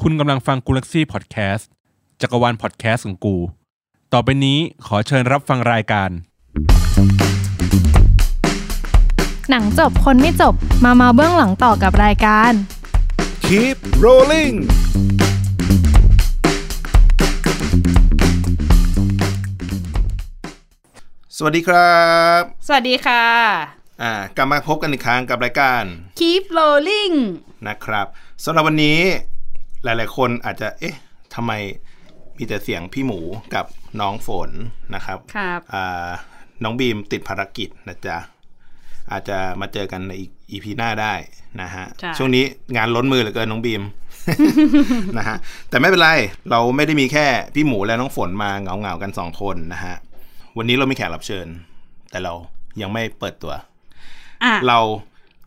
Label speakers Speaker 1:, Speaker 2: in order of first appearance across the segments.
Speaker 1: คุณกำลังฟังกูลักซี่พอดแคสต์จักรวาลพอดแคสต์ของกู ต่อไปนี้ขอเชิญรับฟังรายการ
Speaker 2: หนังจบคนไม่จบมาเมาเบื้องหลังต่อกับรายการ
Speaker 3: Keep rolling สวัสดีครับ
Speaker 4: สวัสดีค่ะ
Speaker 3: อ่ากลับมาพบกันอีกครั้งกับรายการ
Speaker 4: Keep Rolling
Speaker 3: นะครับสำหรับวันนี้หลาย ๆ คนอาจจะ เอ๊ะทำไมมีแต่เสียงพี่หมูกับน้องฝนนะครับ
Speaker 4: ครับ
Speaker 3: อ่าน้องบีมติดภารกิจนะจ๊ะ อาจจะมาเจอกันในอีพีหน้าได้นะฮะ
Speaker 4: ใช่
Speaker 3: ช่วงนี้งานล้นมือเหลือเกินน้องบีม นะฮะ แต่ไม่เป็นไร เราไม่ได้มีแค่พี่หมูและน้องฝนมาเหงา ๆ กันสองคนนะฮะ วันนี้เรามีแขกรับเชิญ แต่เรายังไม่เปิดตัว
Speaker 4: อ่ะ
Speaker 3: เรา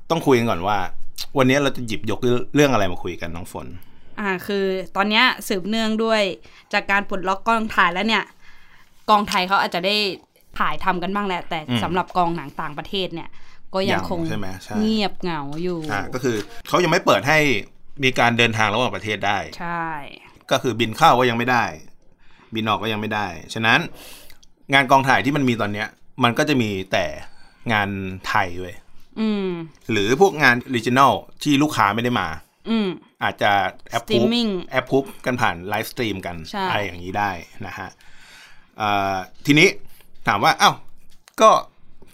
Speaker 3: ต้องคุยกันก่อนว่า วันนี้เราจะหยิบยกเรื่องอะไรมาคุยกันน้องฝน
Speaker 4: อ่ะคือตอนเนี้ยสืบเนื่องด้วยจากการปลดล็อกกองถ่ายแล้วเนี่ย กองไทยเขาอาจจะได้ถ่ายทำกันบ้างแหละ แต่
Speaker 3: อืม
Speaker 4: สำหรับกองหนังต่างประเทศเนี่ย ก็ยังคง
Speaker 3: ยังใช่ไหมใช่
Speaker 4: เงียบเหงาอยู่
Speaker 3: อ่าก็คือเขายังไม่เปิดให้มีการเดินทางระหว่างประเทศได้
Speaker 4: ใช่
Speaker 3: ก็คือบินเข้าก็ยังไม่ได้ บินออกก็ยังไม่ได้ ฉะนั้นงานกองถ่ายที่มันมีตอนเนี้ย มันก็จะมีแต่งานไทยเว้ย
Speaker 4: อืม
Speaker 3: หรือพวกงานออริจินอลที่ลูกค้าไม่ได้มา
Speaker 4: อืม
Speaker 3: อาจจะแอปพุบ
Speaker 4: Streaming
Speaker 3: แอปพุบกันผ่านไลฟ์สตรีมกัน
Speaker 4: ใช่
Speaker 3: อะไรอย่างนี้ได้นะฮะเอ่อทีนี้ถามว่าอ้าวก็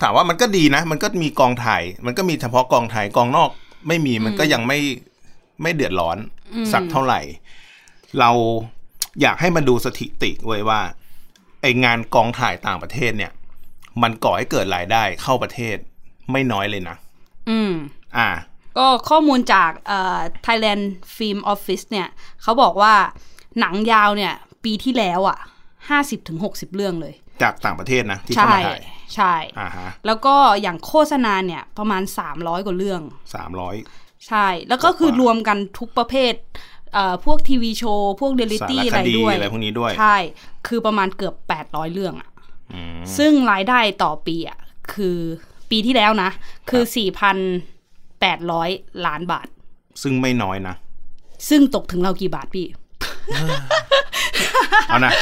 Speaker 3: ถามว่ามันก็ดีนะ มันก็มีกองถ่าย มันก็มีเฉพาะกองถ่ายกองนอก ไม่มีมันก็ยังไม่ไม่เดือดร้อนสักเท่าไหร่ เราอยากให้มาดูสถิติเว้ยว่าไองานกองถ่ายต่างประเทศเนี่ย มันก่อให้เกิดรายได้เข้าประเทศไม่น้อยเลยนะ
Speaker 4: อืม
Speaker 3: อ่า
Speaker 4: ก็ข้อมูลจากเอ่อ Thailand Film Office เนี่ยเขาบอกว่าหนังยาวเนี่ย ปีที่แล้วอ่ะห้าสิบถึงหกสิบเรื่องเลย
Speaker 3: จากต่างประเทศนะที่เข้า
Speaker 4: ใช่
Speaker 3: มาถ่าย
Speaker 4: ใช่
Speaker 3: อ่าฮะ
Speaker 4: แล้วก็อย่างโฆษณาเนี่ยประมาณ 300 กว่าเรื่อง
Speaker 3: สามร้อย
Speaker 4: ใช่ แล้วก็คือก
Speaker 3: ว่าร
Speaker 4: วมกันทุกประเภทเอ่อพวกทีวีโชว์ พวกเรียลิตี้อะ
Speaker 3: สารค
Speaker 4: ไร
Speaker 3: ดี
Speaker 4: ด้วย
Speaker 3: อะไรพวกนี้ด้วย
Speaker 4: ใช่ คือประมาณเกือบ 800 เรื่องอะ
Speaker 3: อืม
Speaker 4: ซึ่งรายได้ต่อปีอะคือปีที่แล้วนะ คือ 4,800 ล้านบาท
Speaker 3: ซึ่งไม่น้อยนะ
Speaker 4: ซึ่งตกถึงเรากี่บาทพี่
Speaker 3: เอานะ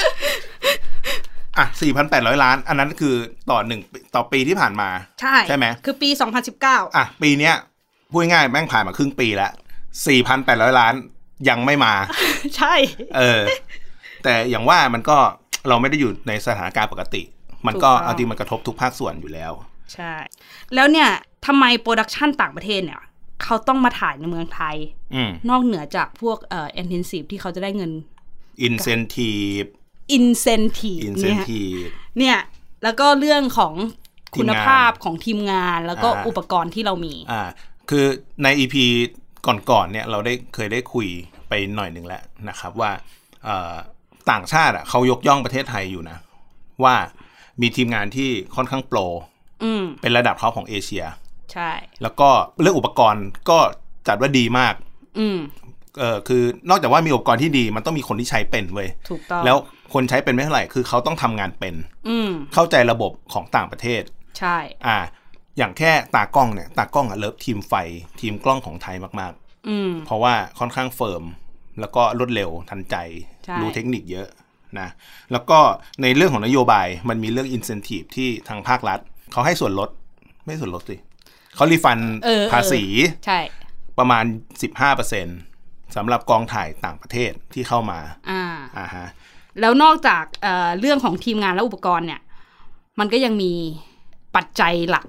Speaker 3: อ่ะ 4,800 ล้าน อันนั้นคือต่อหนึ่งต่อปีที่ผ่านมา
Speaker 4: ใช่
Speaker 3: ใช่ไหม
Speaker 4: คือปี 2019
Speaker 3: อ่ะ ปีเนี้ยพูดง่ายๆแม่งผ่านมาครึ่งปีแล้ว 4,800 ล้านยังไม่มา
Speaker 4: ใช่
Speaker 3: เออ แต่อย่างว่ามันก็เราไม่ได้อยู่ในสถานการณ์ปกติ มันก็
Speaker 4: ถูกต้อง
Speaker 3: เอาจริงมันกระทบทุกภาคส่วนอยู่แล้ว
Speaker 4: ใช่ แล้วเนี่ยทำไมโปรดักชันต่างประเทศเนี่ยเขาต้องมาถ่ายในเมืองไทย
Speaker 3: อืม
Speaker 4: นอกเหนือจากพวกเอ่อ intensive ที่เขาจะได้เงิน
Speaker 3: incentive
Speaker 4: incentive เนี่ย
Speaker 3: incentive
Speaker 4: เนี่ย แล้วก็เรื่องของคุณภาพ
Speaker 3: ทีมงาน
Speaker 4: ของทีมงานแล้วก็
Speaker 3: อ่า
Speaker 4: อุปกรณ์ที่เรามี
Speaker 3: อ่า คือใน EP ก่อนๆเนี่ยเราได้เคยได้คุยไปหน่อยหนึ่งแล้วนะครับว่าเอ่อต่างชาติอ่ะเขายกย่องประเทศไทยอยู่นะ ว่ามีทีมงานที่ค่อนข้างโปร
Speaker 4: อืม
Speaker 3: เป็นระดับท็อปของเอเชีย
Speaker 4: ใช่
Speaker 3: แล้วก็เรื่องอุปกรณ์ก็จัดว่าดีมาก
Speaker 4: อืม
Speaker 3: เออคือนอกจากว่ามีอุปกรณ์ที่ดีมันต้องมีคนที่ใช้เป็นเว้ย
Speaker 4: ถูกต้อง
Speaker 3: แล้วคนใช้เป็นไม่เท่าไหร่คือเขาต้องทำงานเป็น
Speaker 4: อืม
Speaker 3: เข้าใจระบบของต่างประเทศ
Speaker 4: ใช่
Speaker 3: อ่า อย่างแค่ตากล้องเนี่ยตากล้องอะเลิฟทีมไฟทีมกล้องของไทยมากๆ
Speaker 4: อืม
Speaker 3: เพราะว่าค่อนข้างเฟิร์ม แล้วก็รวดเร็วทันใจ
Speaker 4: ใช่
Speaker 3: รู้เทคนิคเยอะนะแล้วก็ในเรื่องของนโยบายมันมีเรื่องอินเซนティブที่ทางภาครัฐ เขาให้ส่วนลด ไม่ส่วนลดสิเขารีฟัน
Speaker 4: เออเออ
Speaker 3: ภาษี
Speaker 4: ใช่
Speaker 3: ประมาณ 15%สำหรับกองถ่ายต่างประเทศที่เข้ามา
Speaker 4: อ่า
Speaker 3: อ่าฮะ
Speaker 4: แล้วนอกจากเอ่อเรื่องของทีมงานและอุปกรณ์เนี่ย มันก็ยังมีปัจจัยหลัก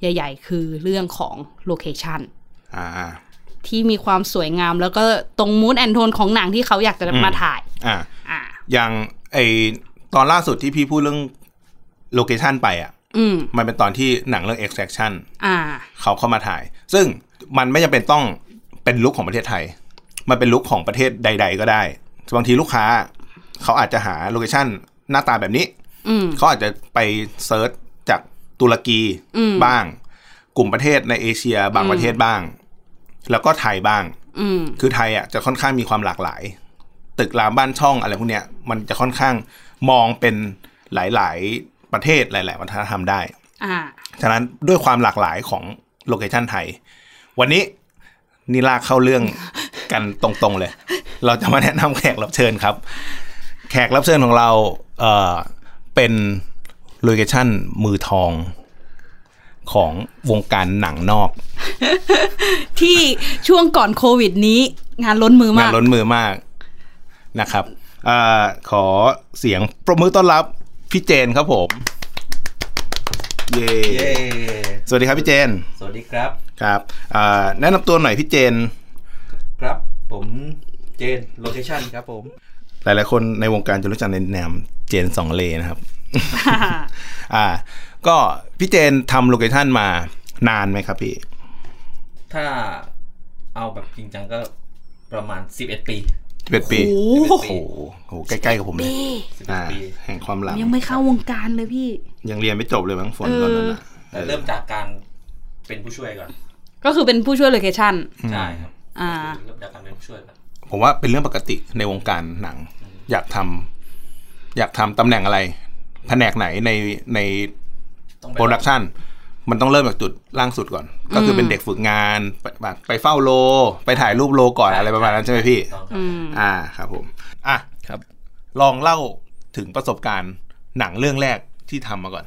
Speaker 4: ใหญ่ ๆ คือเรื่องของโลเคชัน
Speaker 3: อ่า
Speaker 4: ที่มีความสวยงามแล้วก็ตรงมูดแอนโทนของหนังที่เขาอยากจะ
Speaker 3: อืม
Speaker 4: มาถ่าย
Speaker 3: อ่า
Speaker 4: อ่า
Speaker 3: อย่างไอตอนล่าสุดที่พี่พูดเรื่องโลเคชันไปอ่ะ
Speaker 4: อืม
Speaker 3: มันเป็นตอนที่หนังเรื่อง extraction
Speaker 4: อ่า
Speaker 3: เขาเข้ามาถ่าย ซึ่งมันไม่จำเป็นต้องเป็นลุคของประเทศไทย มันเป็นลุคของประเทศใด ๆ ก็ได้ บางทีลูกค้า เขาอาจจะหาโลเคชั่นหน้าตาแบบนี้
Speaker 4: อืม
Speaker 3: เขาอาจจะไปเซิร์ชจากตุรกี
Speaker 4: อืม
Speaker 3: บ้าง กลุ่มประเทศในเอเชียบางประเทศบ้าง แล้วก็ไทยบ้าง
Speaker 4: อืม
Speaker 3: คือไทยอ่ะจะค่อนข้างมีความหลากหลาย ตึกรามบ้านช่องอะไรพวกเนี้ยมันจะค่อนข้างมองเป็นหลาย ๆ ประเทศหลาย ๆ วัฒนธรรมได้
Speaker 4: อ่า
Speaker 3: ฉะนั้นด้วยความหลากหลายของโลเคชันไทย วันนี้นี่ลากเข้าเรื่อง กันตรงๆเลย เราจะมาแนะนำแขกรับเชิญครับ แขกรับเชิญของเราเอ่อเป็นโลเคชั่นมือทองของวงการหนังนอก
Speaker 4: ที่ช่วงก่อนโควิดนี้ งานล้นมื
Speaker 3: งาม
Speaker 4: อาน ก
Speaker 3: ล้นมือมากนะครับอาขอเสียงปรบมือต้อนรับพี่เจนครับผม เย้
Speaker 5: เย้
Speaker 3: สวัสดีครับพี่เจน
Speaker 5: สวัสดีครับ
Speaker 3: ครับอ่าแนะนำตัวหน่อยพี่เจน
Speaker 5: ครับ ผมเจนโลเคชั่นครับผม
Speaker 3: หลายๆคนในวงการจะรู้จักในนามเจนสองเลนะครับ อ่า ก็พี่เจนทำโลเคชั่นมานานไหมครับพี่
Speaker 5: ถ้าเอาแบบจริงจังก็ประมาณ 11 ปี
Speaker 3: เป็นปี
Speaker 4: โอ้
Speaker 3: โอ้
Speaker 4: โห
Speaker 3: โหโอ้โหใกล้ๆกับผมเลยอ่า
Speaker 5: 11 ปี
Speaker 3: แห่งความหลัง
Speaker 4: ยังไม่เข้าวงการเลยพี่
Speaker 3: ยังเรียนไม่จบเลยมั้งฝนตอนนั้นน่ะ
Speaker 5: แต่เริ่มจากการเป็นผู้ช่วยก่อน
Speaker 4: ก็คือเป็นผู้ช่วยโลเคชั่น
Speaker 5: ใช่ครับ
Speaker 4: อ่า
Speaker 5: เริ่มจากการเป็นผู้ช่วยก่อน
Speaker 3: ผมว่าเป็นเรื่องปกติในวงการหนัง อยากทำอยากทำตำแหน่งอะไร แผนกไหนในใน
Speaker 5: ต้องไป
Speaker 3: โปรดักชันมันต้องเริ่มจากจุดล่างสุดก่อน ก็คือเป็นเด็กฝึกงานไปไปเฝ้าโล ไปถ่ายรูปโลก่อนอะไรประมาณนั้นใช่ไหมพี่
Speaker 5: ต้องครับ
Speaker 4: อืม
Speaker 3: อ่าครับผม อ่ะ
Speaker 5: ครับ
Speaker 3: ลองเล่าถึงประสบการณ์หนังเรื่องแรกที่ทำมาก่อน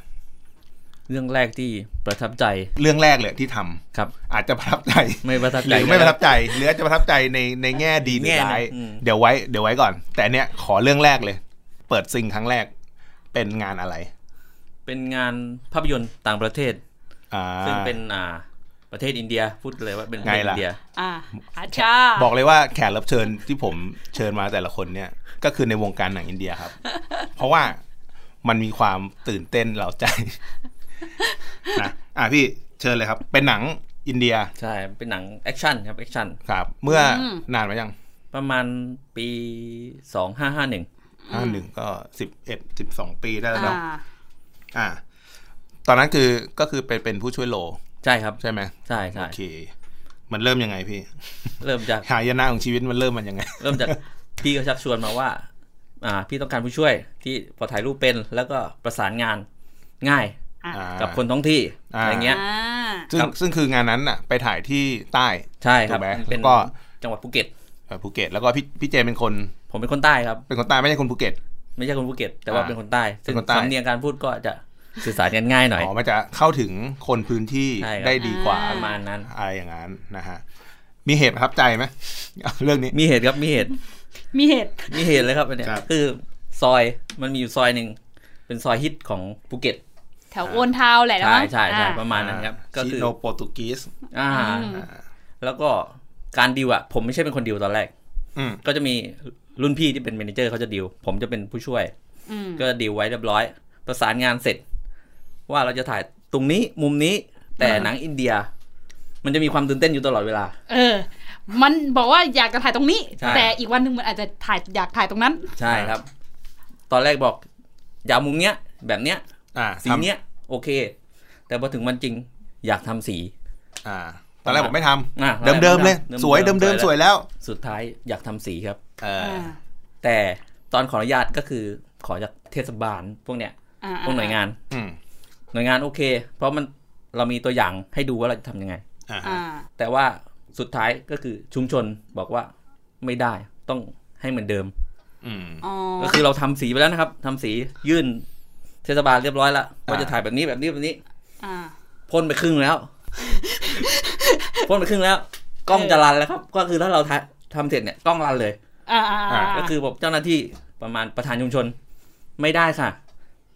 Speaker 6: เรื่องแรกที่ประทับใจ
Speaker 3: เรื่องแรกเลยที่ทำ
Speaker 6: ครับ
Speaker 3: อาจจะประทับใจ
Speaker 6: ไม่ประทับ
Speaker 3: ห
Speaker 6: ใจ
Speaker 3: รือไม่ประทับใจหรืออาจจะประทับใจในในแง่ดีหรือ
Speaker 6: แง่หนึ่ง
Speaker 3: ร้าย
Speaker 6: อืม
Speaker 3: เดี๋ยวไว้เดี๋ยวไว้ก่อน แต่เนี้ยขอเรื่องแรกเลย เปิดซิงครั้งแรกเป็นงานอะไร
Speaker 6: เป็นงานภาพยนตร์ต่างประเทศ
Speaker 3: อ่า
Speaker 6: ซึ่งเป็นอ่าประเทศอินเดียพูดเลยว่าเป็นประเทศ
Speaker 3: ไงล่ะ
Speaker 6: อินเดีย
Speaker 4: อ่าอาชา
Speaker 3: บอกเลยว่าแขกรับเชิญที่ผมเชิญมาแต่ละคนเนี่ย ก็คือในวงการหนังอินเดียครับ เพราะว่ามันมีความตื่นเต้นเร้าใจ นะอ่ะพี่เชิญเลยครับ เป็นหนังอินเดีย
Speaker 6: ใช่เป็นหนังแอคชั่นครับแอคชั่น
Speaker 3: ครับ เมื่อนานมายัง
Speaker 6: ประมาณปี 2551
Speaker 3: ห้าหนึ่งก็สิบเอ็ดสิบสองปีได้แล้ว
Speaker 4: อ่า
Speaker 3: เนาะอ่ะตอนนั้นคือก็คือเป็นเป็นผู้ช่วยโล
Speaker 6: ใช่ครับ
Speaker 3: ใช่ไหม
Speaker 6: ใช่ใช่
Speaker 3: โอเค มันเริ่มยังไงพี่
Speaker 6: เริ่ม จาก
Speaker 3: หายนะของชีวิตมันเริ่มมันยังไง
Speaker 6: เริ่มจากพี่ก็ชักชวนมาว่าอ่า พี่ต้องการผู้ช่วยที่พอถ่ายรูปเป็นแล้วก็ประสานงานง่าย
Speaker 4: อ่า
Speaker 3: อ่า
Speaker 6: กับคนท้องที่
Speaker 3: อ่า
Speaker 6: อะไรเงี้ย
Speaker 4: อ่า
Speaker 3: ซึ่ง
Speaker 6: ครับ
Speaker 3: ซึ่งคืองานนั้นน่ะ ไปถ่ายที่ใต้
Speaker 6: ใช่ครับ
Speaker 3: ถูกไหม
Speaker 6: เป็น
Speaker 3: แล้วก็
Speaker 6: จังหวัดภูเก็ต
Speaker 3: เอ่อภูเก็ตแล้วก็พี่พี่เจเป็นคน
Speaker 6: ผมเป็นคนใต้ครับ
Speaker 3: เป็นคนใต้ไม่ใช่คนภูเก็ต
Speaker 6: ไม่ใช่คนภูเก็ตแต่ว่า
Speaker 3: อ่า
Speaker 6: เป็นคนใต้
Speaker 3: เป็
Speaker 6: ซึ่
Speaker 3: น
Speaker 6: ง
Speaker 3: คนใต้
Speaker 6: สำเนียงการพูดก็จะสื่อสารกันง่ายหน่อย
Speaker 3: อ๋อมันจะเข้าถึงคนพื้นที่
Speaker 6: ใช่ครับ
Speaker 3: ได้ดีกว่า
Speaker 6: ประมาณนั้น
Speaker 3: อะไรอย่างนั้นนะฮะ มีเหตุประทับใจไหม เรื่องนี้
Speaker 6: มีเหตุครับมีเหตุ
Speaker 4: มีเหตุ
Speaker 6: มีเหตุเลยครับอันเนี่ย
Speaker 3: ครับ
Speaker 6: คือซอยมันมีอยู่ซอยหนึ่งเป็นซอยฮิตของภูเก็ต
Speaker 4: แถวโอนทาวน์แหละเนาะ
Speaker 6: ใช่ใช่ใช่
Speaker 4: อ่า
Speaker 6: ประมาณนั้นครับ ก็
Speaker 3: ชิ
Speaker 6: คือ
Speaker 3: โนโปรตุกีส
Speaker 6: อ่า แล้วก็การดิวอะผมไม่ใช่เป็นคนดิวตอนแรก
Speaker 3: อืม
Speaker 6: ก็จะมีรุ่นพี่ที่เป็นเมเนเจอร์เขาจะดิวผมจะเป็นผู้ช่วย
Speaker 4: อืม
Speaker 6: ก็ดิวไว้เรียบร้อย ประสานงานเสร็จ ว่าเราจะถ่ายตรงนี้มุมนี้แต่หนังอินเดีย มันจะมีความตื่นเต้นอยู่ตลอดเวลา
Speaker 4: เออ มันบอกว่าอยากจะถ่ายตรงนี้
Speaker 6: ใช่
Speaker 4: แต่อีกวันหนึ่งมันอาจจะถ่ายอยากถ่ายตรงนั้น
Speaker 6: ใช่ครับ ตอนแรกบอกอย่ามุมเนี้ย แบบเนี้ย
Speaker 3: อ่า
Speaker 6: สีเนี้ย โอเค แต่พอถึงวันจริงอยากทำสี
Speaker 3: อ่า ตอนแรกบอกไม่ทำ
Speaker 6: อ่า
Speaker 3: เดิมเดิมๆเลย
Speaker 6: เดิมๆ
Speaker 3: สวยเดิม
Speaker 6: เดิ
Speaker 3: เดิม
Speaker 6: มๆ
Speaker 3: สวยแล้ว
Speaker 6: สุดท้ายอยากทำสีครับ
Speaker 3: เอออ
Speaker 6: แต่ตอนขออนุญาตก็คือขอจากเทศบาลพวกเนี้ย
Speaker 4: อ่า
Speaker 6: พวกหน่วยงาน
Speaker 3: อืม
Speaker 6: หน่วยงานโอเค เพราะมันเรามีตัวอย่างให้ดูว่าเราจะทำยังไง
Speaker 3: อ่า
Speaker 4: อ่า
Speaker 6: แต่ว่าสุดท้ายก็คือชุมชนบอกว่าไม่ได้ต้องให้เหมือนเดิม
Speaker 3: อืม
Speaker 4: อ๋อ
Speaker 6: ก็คือเราทำสีไปแล้วนะครับทำสียื่นเทศบาลเรียบร้อยแล้วว่า
Speaker 3: อ่า
Speaker 6: จะถ่ายแบบนี้แบบนี้แบบนี้
Speaker 4: อ่า
Speaker 6: พ่นไปครึ่งแล้ว พ่นไปครึ่งแล้ว กล้องจะรันแล้วครับ ก็คือถ้าเราทะทำเสร็จเนี่ยกล้องรันเลย
Speaker 4: อ่าอ่าอ่า
Speaker 6: ก็คือบอกเจ้าหน้าที่ประมาณประธานชุมชน ไม่ได้ค่ะ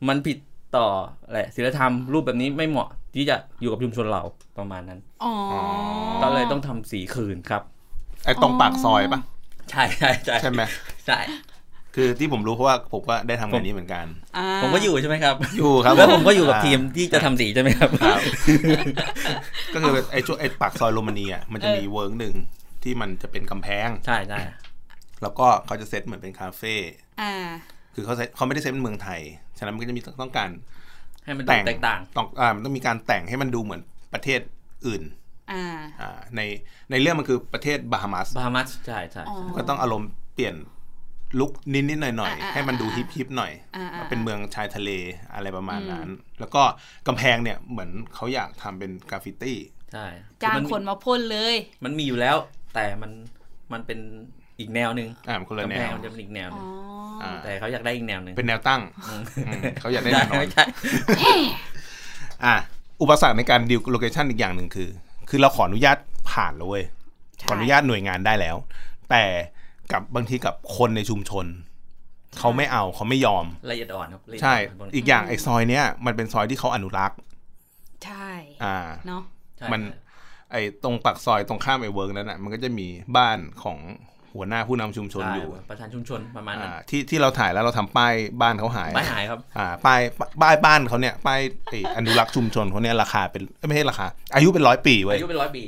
Speaker 6: มันผิดต่ออะไรศีลธรรมรูปแบบนี้ไม่เหมาะที่จะอยู่กับชุมชนเราประมาณนั้น
Speaker 4: อ๋อ
Speaker 6: ก็เลยต้องทำสีคืนครับ
Speaker 3: ไอ้ตรงปากซอยปะ
Speaker 6: ใช่ใช่ใช่
Speaker 3: ใช่ไหม
Speaker 6: ใช่
Speaker 3: คือที่ผมรู้เพราะว่าผมก็ได้ทำงานนี้เหมือนกัน
Speaker 4: อ่า
Speaker 6: ผมก็อยู่ใช่ไหมครับ
Speaker 3: อยู่ครับ
Speaker 6: แล้วผมก็อยู่กับ
Speaker 3: า
Speaker 6: ทีมที่จะทำสีใช่ไหมครับ
Speaker 3: ก็ คือไอ้ช่วงไอ้ปากซอยโรมาเนียมันจะมีเวิร์กหนึ่งที่มันจะเป็นกำแพง
Speaker 6: ใช่ใช่
Speaker 3: แล้วก็เขาจะเซตเหมือนเป็นคาเฟ่
Speaker 4: อ่า
Speaker 3: คือเขาใช้เขาไม่ได้เซ็นเป็นเมืองไทย ฉะนั้นมันก็จะมีต้องการ
Speaker 6: ให้มันดู
Speaker 3: แต่ง
Speaker 6: แตกต่าง
Speaker 3: ต้องอ่ามันต้องมีการแต่งให้มันดูเหมือนประเทศอื่น
Speaker 4: อ่า
Speaker 3: อ่าในในเรื่องมันคือประเทศบาฮามาส
Speaker 6: บาฮามัสใช่ใช่
Speaker 4: อ๋อ
Speaker 6: ใช่
Speaker 3: ก็ต้องอารมณ์เปลี่ยนลุกนิดนิดๆหน่อยหน่อยๆ
Speaker 4: อ่า
Speaker 3: ให้มันดูฮิปฮิปหน่อย
Speaker 4: อ่าอ่า
Speaker 3: เป็นเมืองชายทะเลอะไรประมาณนั้น แล้วก็กำแพงเนี่ยเหมือนเขาอยากทำเป็นกราฟฟิตี้
Speaker 6: ใช่
Speaker 4: จ้าง
Speaker 6: มัมี
Speaker 4: คนมาพ่นเลย
Speaker 6: มันมีอยู่แล้ว แต่มัน มันเป็นอีกแนวหนึ่ง
Speaker 3: อ่ามันคนละ
Speaker 6: กำ
Speaker 3: แน
Speaker 6: แพง
Speaker 3: ว
Speaker 6: มันจะเป็นอีกแนวหนึ่ง
Speaker 3: อ่า
Speaker 6: แต่เขาอยากได้อีกแนวหนึ่ง
Speaker 3: เป็นแนวตั้งอืมเขาอยากได้แนวนอน
Speaker 6: ไม่ใช่
Speaker 3: อ่ะอุปสรรคในการดิวโลเคชันอีกอย่างหนึ่งคือ คือเราขออนุญาตผ่านแล้วเว้ย
Speaker 4: ใช่
Speaker 3: ขออนุญาตหน่วยงานได้แล้ว แต่กับบางทีกับคนในชุมชน เขาไม่เอาเขาไม่ยอม
Speaker 6: ละเอียดอ่อนครับละเอียด
Speaker 3: ใช่
Speaker 6: นพวกนี้
Speaker 3: อีกอย่างไอ้ซอยเนี้ยมันเป็นซอยที่เขาอนุรักษ์
Speaker 4: ใช่
Speaker 3: อ่า
Speaker 4: เนาะ
Speaker 6: ใช่
Speaker 3: มัน ไอ้ตรงปากซอยตรงข้ามไอ้เวิร์กนั้นน่ะมันก็จะมีบ้านของหัวหน้าผู้นำชุมชน
Speaker 6: ใช่
Speaker 3: อยู่
Speaker 6: ประธานชุมชนประมาณนั้น
Speaker 3: อ่าที่ที่เราถ่ายแล้วเราทำป้ายบ้านเขาหาย
Speaker 6: ไม่หายครับ
Speaker 3: อ่าป้ายป้ายบ้านเขาเนี่ยป้ายไอ้อนุรักษ์ชุมชนเขาเนี่ยราคาเป็นเอ้ยไม่ใช่ราคา อายุเป็นร้อยปีเว้ย
Speaker 6: อายุเป็นร้อยปี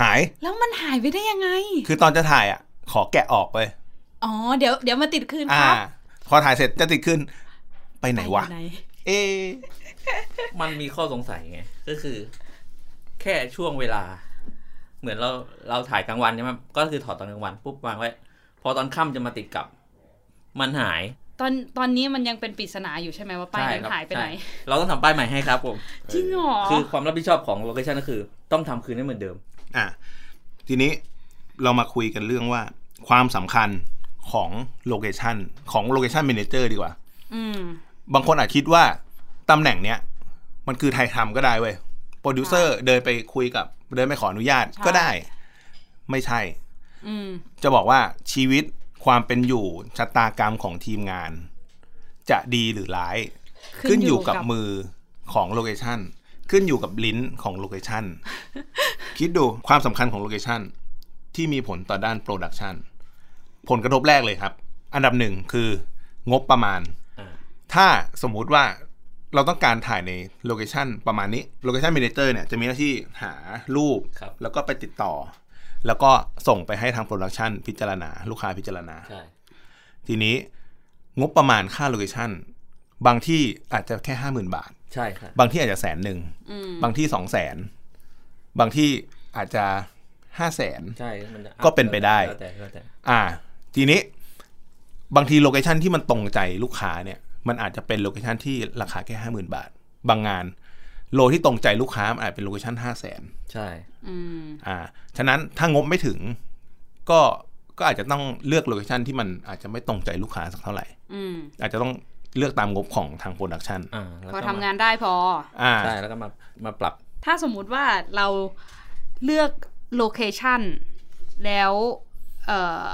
Speaker 3: หาย
Speaker 4: แล้วมันหายไปได้ยังไง
Speaker 3: คือตอนจะถ่ายอ่ะ ขอแกะออกไป
Speaker 4: อ๋อ เดี๋ยวเดี๋ยวมาติดคืน
Speaker 3: อ่า
Speaker 4: ครับ
Speaker 3: พอถ่ายเสร็จจะติดขึ้น ไปไหนวะ
Speaker 4: ป
Speaker 3: เอ๊ะ
Speaker 6: มันมีข้อสงสัยไงก็คือ แค่ช่วงเวลา เหมือนเราเราถ่ายกลางวันใช่ไหมก็คือถอดตอนกลางวันปุ๊บวางไว้ พอตอนค่ำจะมาติดกลับ มันหาย
Speaker 4: ตอนตอนนี้มันยังเป็นปริศนาอยู่ใช่ไหมว่าป้าย
Speaker 6: ใช่
Speaker 4: นั้น
Speaker 6: ครับ
Speaker 4: หายไปไหน
Speaker 6: ใช่เราต้องทำป้ายใหม่ให้ครับผม
Speaker 4: จริงเหรอ
Speaker 6: คือความรับผิดชอบของโลเคชันก็คือ ต้องทำคืนให้เหมือนเดิม
Speaker 3: อ่ะทีนี้เรามาคุยกันเรื่องว่า ความสำคัญของโลเคชันของโลเคชัน m ม n เจอร์ดีกว่า
Speaker 4: อืม
Speaker 3: บางคนอาจคิดว่าตำแหน่งเนี้ย มันคือไทยทำก็ได้เว้ยโปรดิวเซอร์เดินไปคุยกับ เดินไปขออนุญาต
Speaker 4: ใช่
Speaker 3: ก็ได้ ไม่ใช่
Speaker 4: อืม
Speaker 3: จะบอกว่าชีวิตความเป็นอยู่ชะตากรรมของทีมงาน จะดีหรือร้าย
Speaker 4: ขึ้น
Speaker 3: ขึ้นอยู่
Speaker 4: อยู่กั
Speaker 3: กับบ มือของโลเคชันขึ้นอยู่กับลิ้นของโลเคชัน คิดดูความสำคัญของโลเคชันที่มีผลต่อด้านโปรดักชันผลกระทบแรกเลยครับ อันดับหนึ่งคืองบประมาณ
Speaker 6: อ่า
Speaker 3: ถ้าสมมุติว่าเราต้องการถ่ายในโลเคชันประมาณนี้โลเคชัน m ม n เจอร์เนี่ยจะมีหน้าที่หารูป
Speaker 6: ครับ
Speaker 3: แล้วก็ไปติดต่อ แล้วก็ส่งไปให้ทางโปรดักชันพิจารณา ลูกค้าพิจารณา
Speaker 6: ใช่
Speaker 3: ทีนี้งบประมาณค่าโลเคชันบางที่อาจจะแค่ห้าหมื่นบาท
Speaker 6: ใช่ครับ
Speaker 3: บางที่อาจจะแสนหนึ่ง
Speaker 4: อืม
Speaker 3: บางที่สองแสน บางที่อาจจะห้าแสน
Speaker 6: ใช่มันจะ
Speaker 3: ก็เป็นไปได้
Speaker 6: แล้วแต่แล้วแต่
Speaker 3: อ่า ทีนี้บางทีโลเคชันที่มันตรงใจลูกค้าเนี่ย มันอาจจะเป็นโลเคชันที่ราคาแค่ห้าหมื่นบาท บางงาน โลที่ตรงใจลูกค้ามันอาจเป็นโลเคชันห้าแสน
Speaker 6: ใช่
Speaker 4: อืม
Speaker 3: อ่า ฉะนั้นถ้างบไม่ถึง ก็ก็อาจจะต้องเลือกโลเคชันที่มันอาจจะไม่ตรงใจลูกค้าสักเท่าไหร่
Speaker 4: อืม
Speaker 3: อาจจะต้องเลือกตามงบของทางโปรดักชัน
Speaker 6: อ่าแล้ว
Speaker 4: พอ
Speaker 6: ก็
Speaker 4: ทำงานได้พอ
Speaker 3: อ่า
Speaker 6: ใช่แล้วก็มามาปรับ
Speaker 4: ถ้าสมมุติว่าเราเลือกโลเคชันแล้วเอ่อ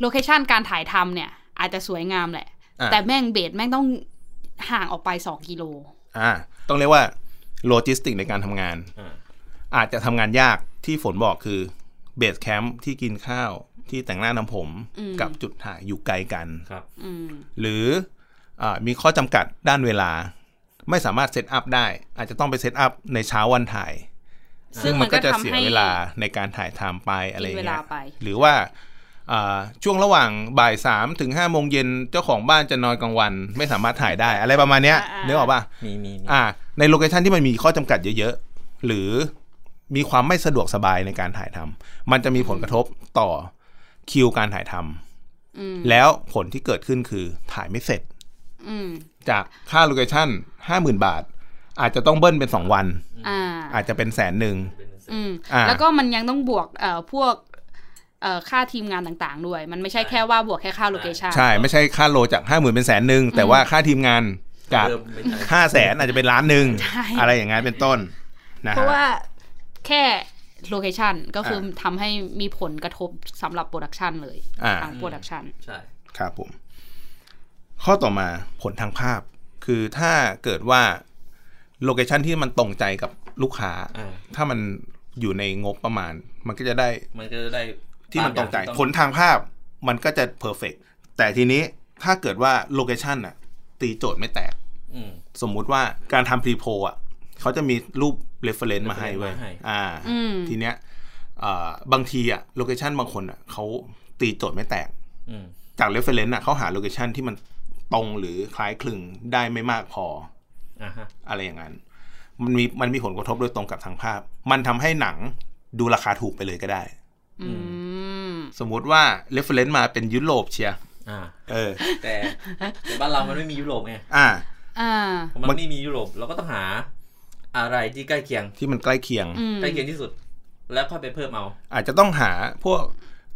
Speaker 4: โลเคชันการถ่ายทำเนี่ย อาจจะสวยงามแหละ
Speaker 3: อ่ะ
Speaker 4: แต่แม่งเบสแม่งต้องห่างออกไปสองกิโล
Speaker 3: อ่า ต้องเรียกว่าโลจิสติกในการทำงาน
Speaker 6: อ่า
Speaker 3: อาจจะทำงานยากที่ฝนบอกคือเบสแคมป์ที่กินข้าวที่แต่งหน้าทำผม
Speaker 4: อืม
Speaker 3: กับจุดถ่ายอยู่ไกลกัน
Speaker 6: ครับ
Speaker 4: อืม
Speaker 3: หรืออามีข้อจำกัดด้านเวลา ไม่สามารถเซตอัพได้ อาจจะต้องไปเซตอัพในเช้าวันถ่าย ซึ่งมันก็จะเสียเวลาในการถ่ายทำไปอะไรอย่างเงี้
Speaker 4: กิน
Speaker 3: ย
Speaker 4: เวลาไป
Speaker 3: หรือว่าอ่าช่วงระหว่างบ่ายสามถึงห้าโมงเย็นเจ้าของบ้านจะนอนกลางวัน ไม่สามารถถ่ายได้ อะไรประมาณเนี้ยนึกออกปะ
Speaker 6: มีมีมี
Speaker 3: อ่าในโลเคชันที่มันมีข้อจำกัดเยอะๆ หรือมีความไม่สะดวกสบายในการถ่ายทำมันจะมีผลกระทบต่อคิวการถ่ายทำ
Speaker 4: อืม
Speaker 3: แล้วผลที่เกิดขึ้นคือถ่ายไม่เสร็จ
Speaker 4: อืม
Speaker 3: จากค่าโลเคชัน50,000 บาท อาจจะต้องเบิ้ลเป็น 2 วัน
Speaker 4: อ่า
Speaker 3: อาจจะเป็นแสนหนึ่ง
Speaker 4: อืม
Speaker 3: อ่า
Speaker 4: แล้วก็มันยังต้องบวกเอ่อพวกเอ่อค่าทีมงานต่างๆ ด้วย มันไม่ใช่แค่ว่าบวกแค่ค่าโลเคชัน
Speaker 3: ใช่ ไม่ใช่ค่าโลจาก 50,000 เป็นแสนหนึ่งแต่ว่าค่าทีมงานจาก
Speaker 6: เริ่มไม่ได้
Speaker 3: 5 0 0แสนอาจจะเป็นล้านหนึ่งอะไรอย่างนั้นเป็นต้นนะ
Speaker 4: เพราะ
Speaker 3: ฮะ
Speaker 4: ว่าแค่โลเคชันก็คืออา ทำให้มีผลกระทบสำหรับโปรดักชันเลย
Speaker 3: อ่า
Speaker 4: ทางโปรดักชัน
Speaker 6: ใช่
Speaker 3: ครับผม ข้อต่อมาผลทางภาพ คือถ้าเกิดว่าโลเคชันที่มันตรงใจกับลูกค้า
Speaker 6: อ่า
Speaker 3: ถ้ามันอยู่ในงบประมาณ มันก็จะได้
Speaker 6: มันก็จะได้
Speaker 3: ที่มันตรงใจ
Speaker 6: าอย่า
Speaker 3: ผลทางภาพมันก็จะเพอร์เฟกแต่ทีนี้ถ้าเกิดว่าโลเคชันอะตีโจทย์ไม่แตก
Speaker 6: อืม
Speaker 3: สมมุติว่าการทำพรีโพอะเขาจะมีรูป reference มาให้เว้ย
Speaker 6: reference มาให้
Speaker 3: อ่า
Speaker 4: อืม
Speaker 3: ทีเนี้ยอ่าบางทีอะโลเคชันบางคนอะเขาตีโจทย์ไม่แตก
Speaker 6: อืม
Speaker 3: จาก reference น่ะเขาหาโลเคชันที่มันตรงหรือคล้ายคลึงได้ไม่มากพอ
Speaker 6: อ่าฮะ
Speaker 3: อะไรอย่างนั้น มันมีมันมีผลกระทบโดยตรงกับทางภาพ มันทำให้หนังดูราคาถูกไปเลยก็ได้
Speaker 4: อืม
Speaker 3: สมมุติว่า reference มาเป็นยุโรปเชียร์
Speaker 6: อ่า
Speaker 3: เออ
Speaker 6: แต่ แต่บ้านเรามันไม่มียุโรปไง
Speaker 3: อ่า
Speaker 4: อ่า
Speaker 6: พอมันไม่มียุโรปเราก็ต้องหาอะไรที่ใกล้เคียง
Speaker 3: ที่มันใกล้เคียง
Speaker 4: อืม
Speaker 6: ใกล้เคียงที่สุด แล้วค่อยไปเพิ่มเอา
Speaker 3: อาจจะต้องหาพวก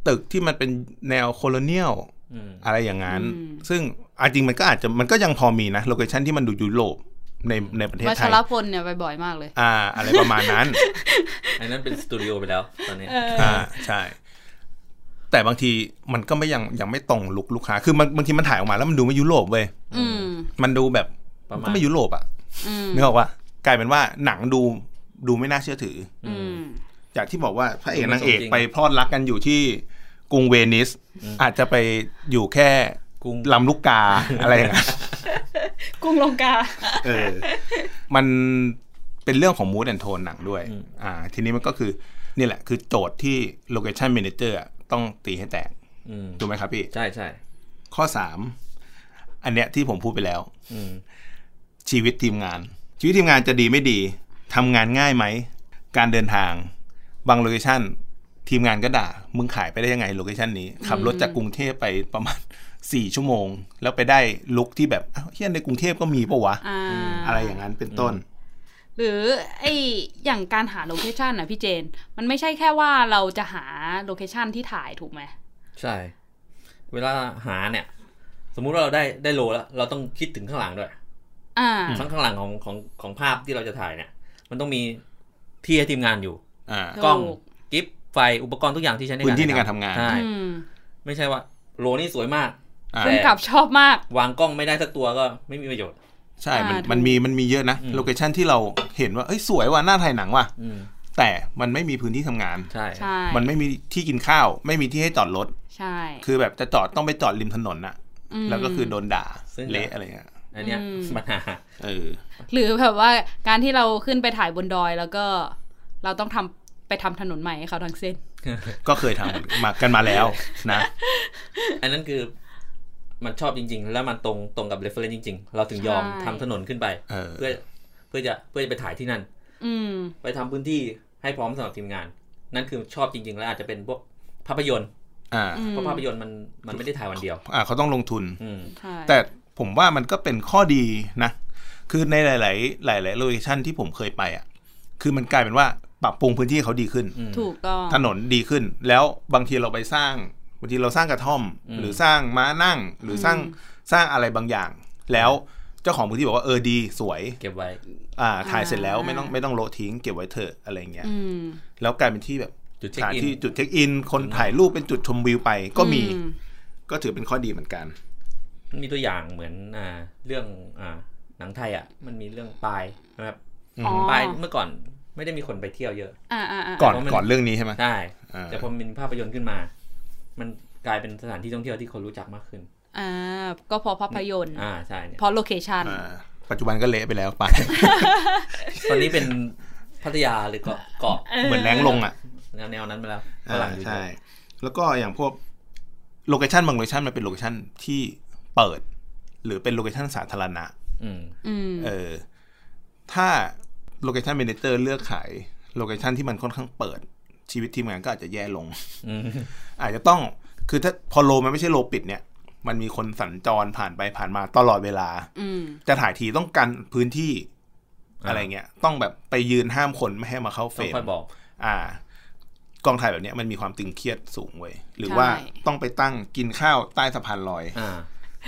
Speaker 3: ตึกที่มันเป็นแนวโคโลเนียล
Speaker 6: อืม
Speaker 3: อะไรอย่างนั้น
Speaker 4: อืม
Speaker 3: ซึ่งอ่ะจริงมันก็อาจจะมันก็ยังพอมีนะโลเคชันที่มันดูยุโรปในในประเทศ
Speaker 4: วั
Speaker 3: ไท
Speaker 4: ช
Speaker 3: ย
Speaker 4: รพลเนี่ยไปบ่อยมากเลย
Speaker 3: อ่า อะไรประมาณนั้น
Speaker 6: อันนั้นเป็นสตูดิโอไปแล้วตอนนี้
Speaker 3: อ่าใช่ แต่บางทีมันก็ไม่ยังยังไม่ตรงลุกลูกค้า คือมันบางทีมันถ่ายออกมาแล้วมันดูไม่ยุโรปเว้ย
Speaker 4: อืม
Speaker 3: มันดูแบบ
Speaker 6: ประมาณ
Speaker 3: ก็ไม่ยุโรปอ่ะ
Speaker 4: อืม
Speaker 3: นึกออกว่ากลายเป็นว่าหนังดูดูไม่น่าเชื่อถือ
Speaker 4: อืม
Speaker 3: จากที่บอกว่าพระเอก
Speaker 6: ไม่
Speaker 3: นางเอก
Speaker 6: สมจริง
Speaker 3: ไปพลอดรักกันอยู่ที่กรุงเวนิส
Speaker 6: อืม
Speaker 3: อาจจะไปอยู่แค่
Speaker 6: กรุง
Speaker 3: ลำลูกกา อะไรอย่างเงี้ย
Speaker 4: กุ้งลงกา
Speaker 3: เออ มันเป็นเรื่องของมูดแอนโทนหนังด้วย
Speaker 6: อืม
Speaker 3: อ่า ทีนี้มันก็คือนี่แหละ คือโจทย์ที่โลเคชัน n ม a เจอร์ต้องตีให้แตก
Speaker 6: อืม
Speaker 3: ถูกไหมครับพี่
Speaker 6: ใช่ใช่
Speaker 3: ข้อสามอันเนี้ยที่ผมพูดไปแล้ว
Speaker 6: อืม
Speaker 3: ชีวิตทีมงาน ชีวิตทีมงานจะดีไม่ดีทำงานง่ายไหม การเดินทาง บางโลเคชันทีมงานก็ด่า มึงขายไปได้ยังไงโลเคชันนี้ ขับรถจากกรุงเทพไปประมาณ 4 ชั่วโมง แล้วไปได้ลุกที่แบบอ้าวเฮียในกรุงเทพก็มีปะวะ
Speaker 4: อ่า
Speaker 3: อะไรอย่างนั้นเป็นต้น
Speaker 4: หรือไออย่างการหาโลเคชันนะพี่เจน มันไม่ใช่แค่ว่าเราจะหาโลเคชันที่ถ่ายถูกไหม
Speaker 6: ใช่ เวลาหาเนี่ย สมมุติว่าเราได้ได้โลแล้ว เราต้องคิดถึงข้างหลังด้วย
Speaker 4: อ่า
Speaker 6: ทั้งข้างหลังของของของภาพที่เราจะถ่ายเนี่ย มันต้องมีที่ให้ทีมงานอยู่
Speaker 3: อ่า
Speaker 4: ถูก
Speaker 6: กล้องกิฟไฟอุปกรณ์ทุกอย่างที่ใช้ใน
Speaker 3: พื้นที่ในการทำงาน
Speaker 6: ใช่
Speaker 4: อืม
Speaker 6: ไม่ใช่ว่าโลนี่สวยมาก
Speaker 3: อ่า
Speaker 6: แต่
Speaker 4: คุณกลับชอบมาก
Speaker 6: วางกล้องไม่ได้สักตัวก็ไม่มีประโยชน์
Speaker 3: ใช่มัน
Speaker 4: อ่าถูก
Speaker 3: มันมีมันมีเยอะนะ
Speaker 6: อืม
Speaker 3: โลเคชันที่เราเห็นว่าเอ้ยสวยว่ะหน้าถ่ายหนังว่ะ
Speaker 6: อืม
Speaker 3: แต่มันไม่มีพื้นที่ทำงาน
Speaker 6: ใช่
Speaker 4: ใช่
Speaker 3: มันไม่มีที่กินข้าว ไม่มีที่ให้จอดรถ
Speaker 4: ใช่
Speaker 3: คือแบบจะจอดต้องไปจอดริมถนนน่ะ
Speaker 4: ม
Speaker 3: แล้วก็คือโดนด่าเละอะไรเงี้ย
Speaker 6: อันเนี้ย
Speaker 4: อืม
Speaker 6: ปัญหา
Speaker 3: เออ
Speaker 4: หรือแบบว่าการที่เราขึ้นไปถ่ายบนดอยแล้วก็ เราต้องทำไปทำถนนใหม่ให้เขาทั้งเส้น
Speaker 3: ก็เคยทำมากันมาแล้วนะ
Speaker 6: อันนั้นคือมันชอบจริง ๆ แล้วมันตรงตรงกับเรฟเฟรนซ์จริง ๆ เราถึงยอม
Speaker 4: ใช่
Speaker 6: ทำถนนขึ้นไป
Speaker 3: เออ
Speaker 6: เพื่อเพื่อจะเพื่อจะไปถ่ายที่นั่น
Speaker 4: อืม
Speaker 6: ไปทำพื้นที่ให้พร้อมสำหรับทีมงาน นั่นคือชอบจริง ๆ แล้วอาจจะเป็นพวกภาพยนตร์
Speaker 3: อ่า
Speaker 4: อืม
Speaker 6: เพราะภาพยนตร์มันมันไม่ได้ถ่ายวันเดียว
Speaker 3: อ่าเขาต้องลงทุน
Speaker 6: อืม
Speaker 4: ใช่
Speaker 3: แต่ผมว่ามันก็เป็นข้อดีนะ คือในหลาย ๆ หลาย ๆ โลเคชันที่ผมเคยไปอ่ะ คือมันกลายเป็นว่าปรับปรุงพื้นที่เขาดีขึ้น
Speaker 6: อืม
Speaker 4: ถูกต้อง
Speaker 3: ถนนดีขึ้น แล้วบางทีเราไปสร้างบางทีเราสร้างกระท่อม
Speaker 6: อืม
Speaker 3: หรือสร้างม้านั่ง หรือสร้าง
Speaker 4: อืม
Speaker 3: สร้างอะไรบางอย่าง แล้วเจ้าของพื้นที่บอกว่าเออดีสวย
Speaker 6: เก็บไว้
Speaker 3: อ่าถ่ายเสร็จแล้วไม่ต้องไม่ต้องโละทิ้งเก็บไว้เถอะอะไรเงี้ย
Speaker 4: อืม
Speaker 3: แล้วกลายเป็นที่แบบ
Speaker 6: จุด
Speaker 3: ส
Speaker 6: เช็ค
Speaker 3: ถาน
Speaker 6: อิน
Speaker 3: ที่จุดเช็คอิน คนถ่ายรูปเป็นจุดชมวิวไปก็มี
Speaker 4: อื
Speaker 3: ก็ถือเป็นข้อดีเหมือนกัน
Speaker 6: มันมีตัวอย่างเหมือนอ่าเรื่องอ่าหนังไทยอ่ะ มันมีเรื่องปลายนะครับ
Speaker 4: อ๋อ
Speaker 6: ปลายเมื่อก่อนไม่ได้มีคนไปเที่ยวเยอะ
Speaker 4: อ่าอ่าอ่า
Speaker 3: ก่อน
Speaker 6: เพราะมัน
Speaker 3: ก่อนเรื่องนี้ใช่ไหม
Speaker 6: ใช่
Speaker 3: อ่า
Speaker 6: แต่พอมันภาพยนตร์ขึ้นมา มันกลายเป็นสถานที่ท่องเที่ยวที่คนรู้จักมากขึ้น
Speaker 4: อ่าก็เพอภาพยนตร์
Speaker 6: อ่าใช่เนี่ย
Speaker 4: เพอโลเคชัน
Speaker 3: อ่าปัจจุบันก็เละไปแล้วไป
Speaker 6: ตอนนี้เป็นพัทยาหรือเกาะเกาะ
Speaker 3: เหมือนแรงลงอ่ะ
Speaker 6: แนวแนวนั้นไปแล้วฝ
Speaker 3: อ่า
Speaker 6: รั่งอยู่เย
Speaker 3: ใช่
Speaker 6: อะ
Speaker 3: แล้วก็อย่างพวกโลเคชันบางโลเคชันมันเป็นโลเคชันที่เปิด หรือเป็นโลเคชันสาธารณะ
Speaker 6: อืม
Speaker 4: อืม
Speaker 3: เออถ้าโลเคชันเมนเจอร์เลือกขายโลเคชันที่มันค่อนข้างเปิด ชีวิตทีมงานก็อาจจะแย่ลง
Speaker 6: อืม
Speaker 3: อาจจะต้องคือถ้าพอโลมันไม่ใช่โลปิดเนี่ย มันมีคนสัญจรผ่านไปผ่านมาตลอดเวลา
Speaker 4: อืม
Speaker 3: จะถ่ายทีต้องกันพื้นที่อะไรเงี้ย ต้องแบบไปยืนห้ามคนไม่ให้มาเข้าเฟ
Speaker 6: ต้
Speaker 3: รม
Speaker 6: องค่อยบอก
Speaker 3: อ่ากองถ่ายแบบเนี้ยมันมีความตึงเครียดสูงเว้ยหรือว่าต้องไปตั้งกินข้าวใต้สะพานลอย
Speaker 6: อ่า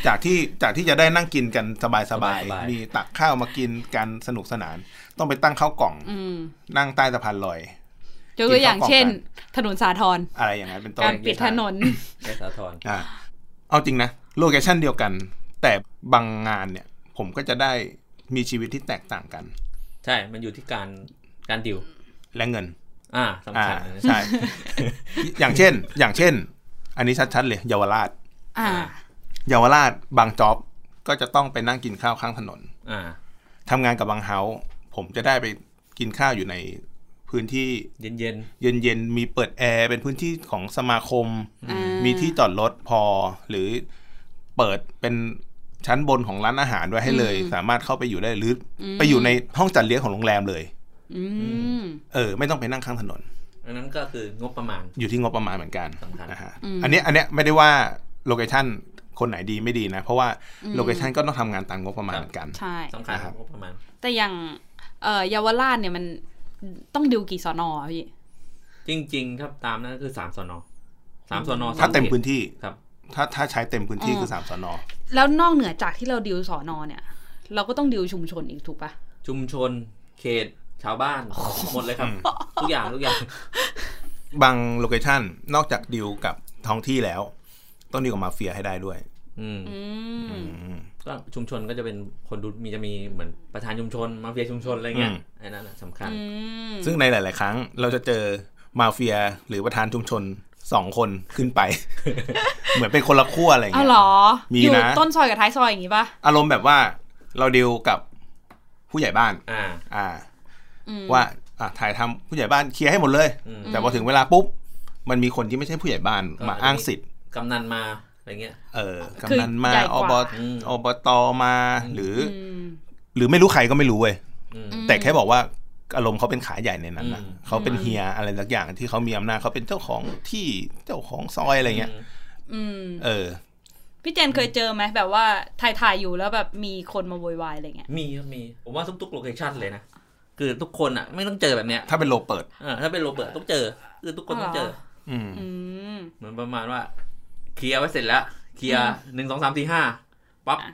Speaker 3: จากที่จากที่จะได้นั่งกินกันสบาย
Speaker 6: ส
Speaker 3: ๆ
Speaker 6: บายๆ
Speaker 3: มีตักข้าวมากินกันสนุกสนาน ต้องไปตั้งข้าวกล่อง
Speaker 4: อืม
Speaker 3: นั่งใต้สะพานลอย
Speaker 4: ยกตัวอย่าง
Speaker 3: กินข้าวกล่อง
Speaker 4: เช่น
Speaker 3: กั
Speaker 4: ถนนสาทร
Speaker 3: อะไรอย่างนั้นเป็นต้น
Speaker 4: การปิดถนน
Speaker 6: แม่สาทร
Speaker 3: อ่ะเอาจริงนะโลเคชันเดียวกัน แต่บางงานเนี่ย ผมก็จะได้มีชีวิตที่แตกต่างกัน
Speaker 6: ใช่ มันอยู่ที่การการดิว
Speaker 3: และเงิน
Speaker 6: อ่าสำ
Speaker 3: อ่า
Speaker 6: คัญนะ
Speaker 3: ใช่ อย่างเช่น อย่างเช่น อันนี้ชัดๆเลยเยาวราช
Speaker 4: อ่า
Speaker 3: เยาวราชบางจ็อบก็จะต้องไปนั่งกินข้าวข้างถนน
Speaker 6: อ่า
Speaker 3: ทำงานกับบางเฮาส์ผมจะได้ไปกินข้าวอยู่ในพื้นที่
Speaker 6: เย็นเย็น
Speaker 3: เย็นๆมีเปิดแอร์เป็นพื้นที่ของสมาคม
Speaker 4: อ่ามี
Speaker 3: มีที่จอดรถพอ หรือเปิดเป็นชั้นบนของร้านอาหารไว้ให้เลย สามารถเข้าไปอยู่ได้หรืออไปอยู่ในห้องจัดเลี้ยงของโรงแรมเลย
Speaker 4: อืม
Speaker 3: เออ ไม่ต้องไปนั่งข้างถนน
Speaker 6: ๆอันนั้นก็คืองบประมาณ
Speaker 3: อยู่ที่งบประมาณเหมือนกัน
Speaker 6: สำคัญ
Speaker 3: นะฮะ
Speaker 4: อืม
Speaker 3: อันเนี้ยอันเนี้ยไม่ได้ว่าโลเคชันคนไหนดีไม่ดีนะ เพราะว่าโลเคชันก็ต้องทำงานตามงบประมาณเหมือนกัน
Speaker 4: ใช่
Speaker 6: สำคัญ
Speaker 3: นะครับ
Speaker 6: งบประมาณ
Speaker 4: แต่อย่างเอ่อเยาวราชเนี่ยมันต้องดิวกี่สอนอพี่
Speaker 6: จริง ๆ ครับตามนั้นก็คือสามสน สามสอนอ
Speaker 3: ถ้าเต็มพื้นที่
Speaker 6: ครับ
Speaker 3: ถ้าถ้าใช้เต็มพื้นที่
Speaker 4: อ๋อ
Speaker 3: คือสามสนอ
Speaker 4: แล้วนอกเหนือจากที่เราดิวสอนอเนี่ย เราก็ต้องดิวชุมชนอีกถูกปะ
Speaker 6: ชุมชน เขต ชาวบ้าน หมดเลยครับ ทุกอย่างทุกอย่าง
Speaker 3: บางโลเคชันนอกจากดิวกับท้องที่แล้ว ต้องดีลกับมาเฟียให้ได้ด้วย
Speaker 6: อืม
Speaker 4: อืม
Speaker 3: อืม
Speaker 6: ก็ชุมชนก็จะเป็นคนดูมีจะมีเหมือนประธานชุมชน มาเฟียชุมชนอะไรเงี้ย
Speaker 3: อืม
Speaker 6: อันนั้นน่ะสำคัญ
Speaker 4: อืม
Speaker 3: ซึ่งในหลาย ๆ ครั้งเราจะเจอมาเฟียหรือประธานชุมชนสองคนขึ้นไป เหมือนเป็นคนละขั้วอะไรอย่าง
Speaker 4: เอา
Speaker 3: เงี้
Speaker 4: เหร
Speaker 3: ย
Speaker 4: อ
Speaker 3: มี
Speaker 4: อยู่
Speaker 3: นะ
Speaker 4: ต้นซอยกับท้ายซอยอย่างงี้ปะ
Speaker 3: อารมณ์แบบว่าเราดีลกับผู้ใหญ่บ้าน
Speaker 6: อ่า
Speaker 3: อ่า
Speaker 4: อืม
Speaker 3: ว่าอ่ะถ่ายทำผู้ใหญ่บ้านเคลียร์ให้หมดเลย
Speaker 6: อืม
Speaker 3: แต่พอถึงเวลาปุ๊บ มันมีคนที่ไม่ใช่ผู้ใหญ่บ้าน
Speaker 6: ก็
Speaker 3: มาอ้างสิทธิ์
Speaker 6: กำนันมาอะไรเงี้ย
Speaker 3: เออ
Speaker 4: คือก
Speaker 3: ำนันมา
Speaker 4: ใหญ่ก
Speaker 3: อบ
Speaker 4: ว่า
Speaker 6: อืม
Speaker 3: อบตมา หรืออ
Speaker 4: ม
Speaker 3: หรือไม่รู้ใครก็ไม่รู้เว้ย
Speaker 6: อืม
Speaker 3: แต่แค่บอกว่าอารมณ์เขาเป็นขาใหญ่ในนั้นนะ
Speaker 6: อืม
Speaker 3: เขาเป็นเฮียอะไรสักอย่างที่เขามีอำนาจเขาเป็นเจ้าของที่เจ้าของซอยอะไรเงี้ย
Speaker 4: อืม
Speaker 3: เออ
Speaker 4: พี่เจนเคยเจอไหมแบบว่าถ่ายถ่ายๆอยู่แล้วแบบมีคนมาโวยวายอะไรเงี้ย
Speaker 6: มีครับมี ผมว่าทุกๆโลเคชันเลยนะ คือทุกคนอ่ะ ไม่ต้องเจอแบบเนี้ย
Speaker 3: ถ้าเป็นโลเปิด
Speaker 6: เออถ้าเป็นโรเบิร์ตต้องเจอ คือทุกคนต้องเจอ
Speaker 4: อ๋อ
Speaker 3: อืม
Speaker 4: อืม
Speaker 6: เหมือนประมาณว่า เคลียร์ไว้เสร็จแล้ว เคลียร์หนึ่งสองสามสี่ห้าปั๊บ
Speaker 4: อ่ะ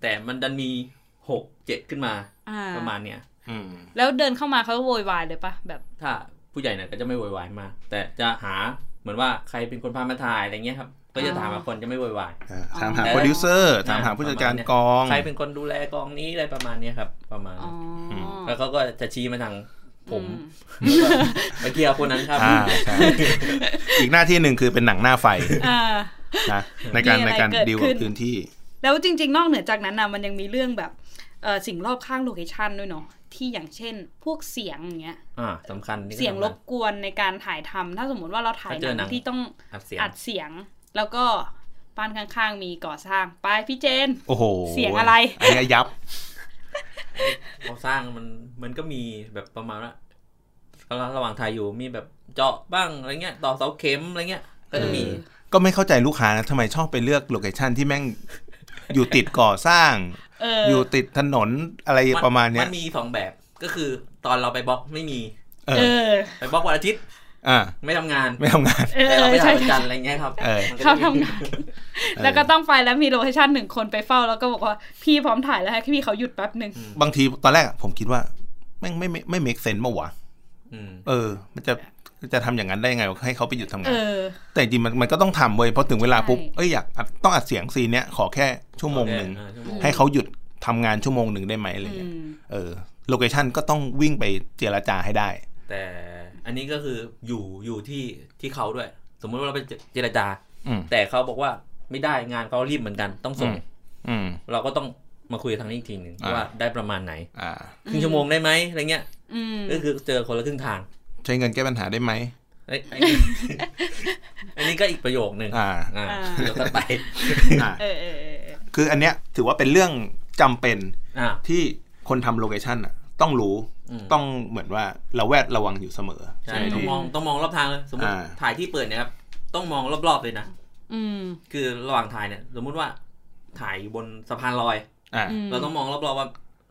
Speaker 6: แต่มันดันมีหกเจ็ดขึ้นมา
Speaker 4: อ่า
Speaker 6: ประมาณเนี้ย
Speaker 3: อืม
Speaker 4: แล้วเดินเข้ามาเขาก็โวยวายเลยปะแบบ
Speaker 6: ถ้าผู้ใหญ่เนี่ยก็จะไม่โวยวายมากแต่จะหาเหมือนว่าใครเป็นคนพามาถ่ายอะไรเงี้ยครับ ก็จะถามมาคนจะไม่โวยวาย
Speaker 3: อ่าถาม
Speaker 4: อ๋อ
Speaker 3: หาโปรดิวเซอร์ถามหา
Speaker 6: อ่า
Speaker 3: ผู้จัดการ
Speaker 6: ประมาณเนี้ย
Speaker 3: กอง
Speaker 6: ใครเป็นคนดูแลกองนี้อะไรประมาณเนี้ยครับ ประมาณ
Speaker 4: อ๋อ
Speaker 6: นั้น
Speaker 4: อ
Speaker 3: ม
Speaker 6: แล้วเขาก็จะชี้มาทางผม
Speaker 4: อื
Speaker 6: แล้วก็ มาเคลียร์คนนั้นครับ
Speaker 3: อ่าใช่ อีกหน้าที่หนึ่งคือเป็นหนังหน้าไฟ
Speaker 4: อ่า
Speaker 3: นะในการ
Speaker 4: มีอะไร
Speaker 3: ในการ
Speaker 4: เกิด
Speaker 3: ดีล
Speaker 4: ขึ้
Speaker 3: กับ
Speaker 4: น
Speaker 3: พื้นที่
Speaker 4: แล้วจริง ๆ นอกเหนือจากนั้นนะมันยังมีเรื่องแบบเอ่อสิ่งรอบข้างโลเคชันด้วยเนาะที่อย่างเช่น พวกเสียงอย่างเงี้ย
Speaker 6: อ่าสำคัญนี่ก็
Speaker 4: เสียงร
Speaker 6: สำคัญ
Speaker 4: บกวนในการถ่ายทำถ้าสมมติว่าเราถ่ายห
Speaker 6: ถ้าเจอหนั
Speaker 4: นั
Speaker 6: ง
Speaker 4: งที่ต้อง
Speaker 6: อัดเสียง
Speaker 4: อัดเสียง แล้วก็บ้านข้างๆ มีก่อสร้างไปพี่เจน
Speaker 3: โอ้โห
Speaker 4: เสียงอะไร
Speaker 3: อันนี้ยับ
Speaker 6: เขาสร้างมันมันก็มีแบบประมาณว่าระหว่างถ่ายอยู่มีแบบเจาะบ้างอะไรเงี้ยต่อเสาเข็มอะไรเงี้ยก็จะมี
Speaker 3: ก็ไม่เข้าใจลูกค้านะทำไมชอบไปเลือกโลเคชันที่แม่งอยู่ติดก่อสร้าง
Speaker 4: เออ
Speaker 3: อยู่ติดถนนอะไรประมาณเนี้ย
Speaker 6: นมีสองแบบก็คือตอนเราไปบล็อกไม่มี
Speaker 3: เอ
Speaker 4: เอ
Speaker 3: อ
Speaker 4: อ
Speaker 6: ไปบล็อกวันอาทิตย์
Speaker 3: อ่า
Speaker 6: ไม่ทำงาน
Speaker 3: ไม่ทำงาน
Speaker 4: เอ
Speaker 6: แต่เรา
Speaker 4: อ
Speaker 6: ไป
Speaker 4: ใช่
Speaker 6: ทำ
Speaker 4: ใช่
Speaker 6: จันทร์อะไรเงี้ยครับ
Speaker 3: เออ
Speaker 6: มันก็
Speaker 4: เขา
Speaker 6: จะมี
Speaker 4: ทำงานแล้วก็ต้องไปแล้วมีโลเคชันหนึ่งคนไปเฝ้าแล้วก็บอกว่าพี่พร้อมถ่ายแล้วให้พี่เขาหยุดแป๊บหนึ่ง
Speaker 3: บางทีตอนแรกอะผมคิดว่า แม่งไม่ไม่ไม่ make sense มาวะ
Speaker 6: อืม
Speaker 3: เออ มันจะจะทำอย่างนั้นได้ยังไงวะให้เขาไปหยุด
Speaker 4: เอง
Speaker 3: ทำาน
Speaker 4: อ
Speaker 3: แต่จริงๆมันมันก็ต้องทำเว้ยเพราะถึงเวลาปุ๊บ
Speaker 4: ใช่
Speaker 3: เอ้ยอยากอัดต้องอัดเสียงซีนเนี้ยขอแค่ชั่วโมงหนึ่ง
Speaker 6: เออชั่วโมง
Speaker 3: ให้เขาหยุดทำงานชั่วโมงหนึ่งได้ไหมอะไร
Speaker 4: อื
Speaker 3: เงี้ย
Speaker 4: ม
Speaker 3: เออโลเคชันก็ต้องวิ่งไปเจรจาให้ได้
Speaker 6: แต่อันนี้ก็คืออยู่อยู่ที่ที่เขาด้วย สมมุติว่าเราไปเจรจา
Speaker 3: อืม
Speaker 6: แต่เขาบอกว่าไม่ได้งานเขารีบเหมือนกันต้องส่ง
Speaker 3: อืม อืม
Speaker 6: เราก็ต้องมาคุยกับทางนี้อีกทีหนึ่ง
Speaker 3: อ่า
Speaker 6: ว่าได้ประมาณไหน
Speaker 3: อ่า
Speaker 6: ครึ่งชั่วโมงได้ไหมอะไรเงี้ย
Speaker 4: อืม
Speaker 6: ก็คือเจอคนละครึ่งทาง
Speaker 3: ใช้เงินแก้ปัญหาได้ไหม
Speaker 6: ไอ้ไอ้ อันนี้ก็อีกประโยคหนึ่ง
Speaker 3: อ่า
Speaker 6: อ่า
Speaker 4: อ่า
Speaker 6: เดี๋ยวก็ไป
Speaker 3: อ่า
Speaker 4: เออเออเออเออ
Speaker 3: คืออันเนี้ยถือว่าเป็นเรื่องจำเป็น
Speaker 6: อ่า
Speaker 3: ที่คนทำโลเคชันอ่ะ ต้องรู้
Speaker 6: อืม
Speaker 3: ต้องเหมือนว่าเราแวดระวังอยู่เสมอ
Speaker 6: ใช่ต้องมองต้องมองรอบทางเลยสมมติ
Speaker 3: อ่า
Speaker 6: ถ่ายที่เปิดเนี่ยครับต้องมองรอบๆเลยนะ
Speaker 4: อืม
Speaker 6: คือระหว่างถ่ายเนี่ย สมมุติว่าถ่ายอยู่บนสะพานลอย
Speaker 3: อ่า
Speaker 6: เราต้องมองรอบๆว่า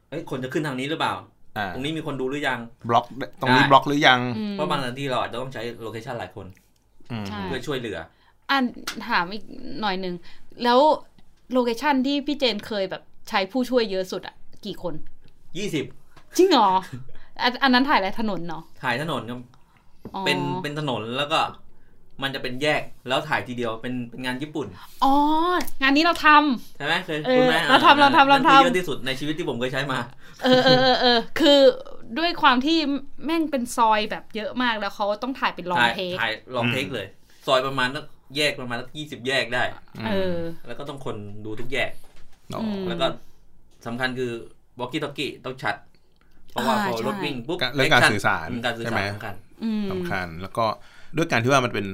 Speaker 6: เอ้ยคนจะขึ้นทางนี้หรือเปล่า
Speaker 3: อ่า
Speaker 6: ตรงนี้มีคนดูหรือยัง
Speaker 3: บล็อกตรงนี้
Speaker 6: ได้
Speaker 3: บล็อกหรือยัง
Speaker 4: อืม
Speaker 6: เพราะบางสถานที่เราอาจจะต้องใช้โลเคชันหลายคน
Speaker 3: อืม
Speaker 4: ใช่
Speaker 6: เพื่อช่วยเหลือ
Speaker 4: อ่านถามอีกหน่อยหนึ่ง แล้วโลเคชันที่พี่เจนเคยแบบใช้ผู้ช่วยเยอะสุดอะกี่คน
Speaker 6: 20
Speaker 4: จริงเหรออันอันนั้นถ่ายอะไรถนนเนาะ
Speaker 6: ถ่ายถนนครับ
Speaker 4: อ๋อ
Speaker 6: เป็นเป็นถนนแล้วก็ มันจะเป็นแยกแล้วถ่ายทีเดียวเป็นเป็นงานญี่ปุ่น
Speaker 4: อ๋องานนี้เราท
Speaker 6: ใช่ไหมเคย
Speaker 4: เออ
Speaker 6: คุณไหม
Speaker 4: เราทำเราทำเราทำ
Speaker 6: นั่นคือเยอะที่สุดในชีวิตที่ผมเคยใช้มา
Speaker 4: ำเออเออเออเออคือด้วยความที่แม่งเป็นซอยแบบเยอะมากแล้วเขาต้องถ่ายเป็นลอง
Speaker 6: ถ่าย
Speaker 4: เทค
Speaker 6: ถ่ายลองเทคเลย ซอยประมาณสักแยกประมาณสักยี่สิบแยกได้
Speaker 4: เออ
Speaker 6: แล้วก็ต้องคนดูทุกแยก
Speaker 3: อ๋อ
Speaker 4: ม
Speaker 6: แล้วก็สำคัญคือบอกกี้ตอกกี้ต้องชัด เพราะว่า
Speaker 4: อ่า
Speaker 6: พอรถ
Speaker 4: ใช่
Speaker 6: วิ่งปุ๊บ
Speaker 3: เรื่องการสื่อสาร
Speaker 6: มการสื่อ
Speaker 3: ใช่
Speaker 6: สา
Speaker 3: ไหม
Speaker 6: รสำคัญ
Speaker 4: อืม
Speaker 3: สำคัญแล้วก็ด้วยการที่ว่ามันเป็น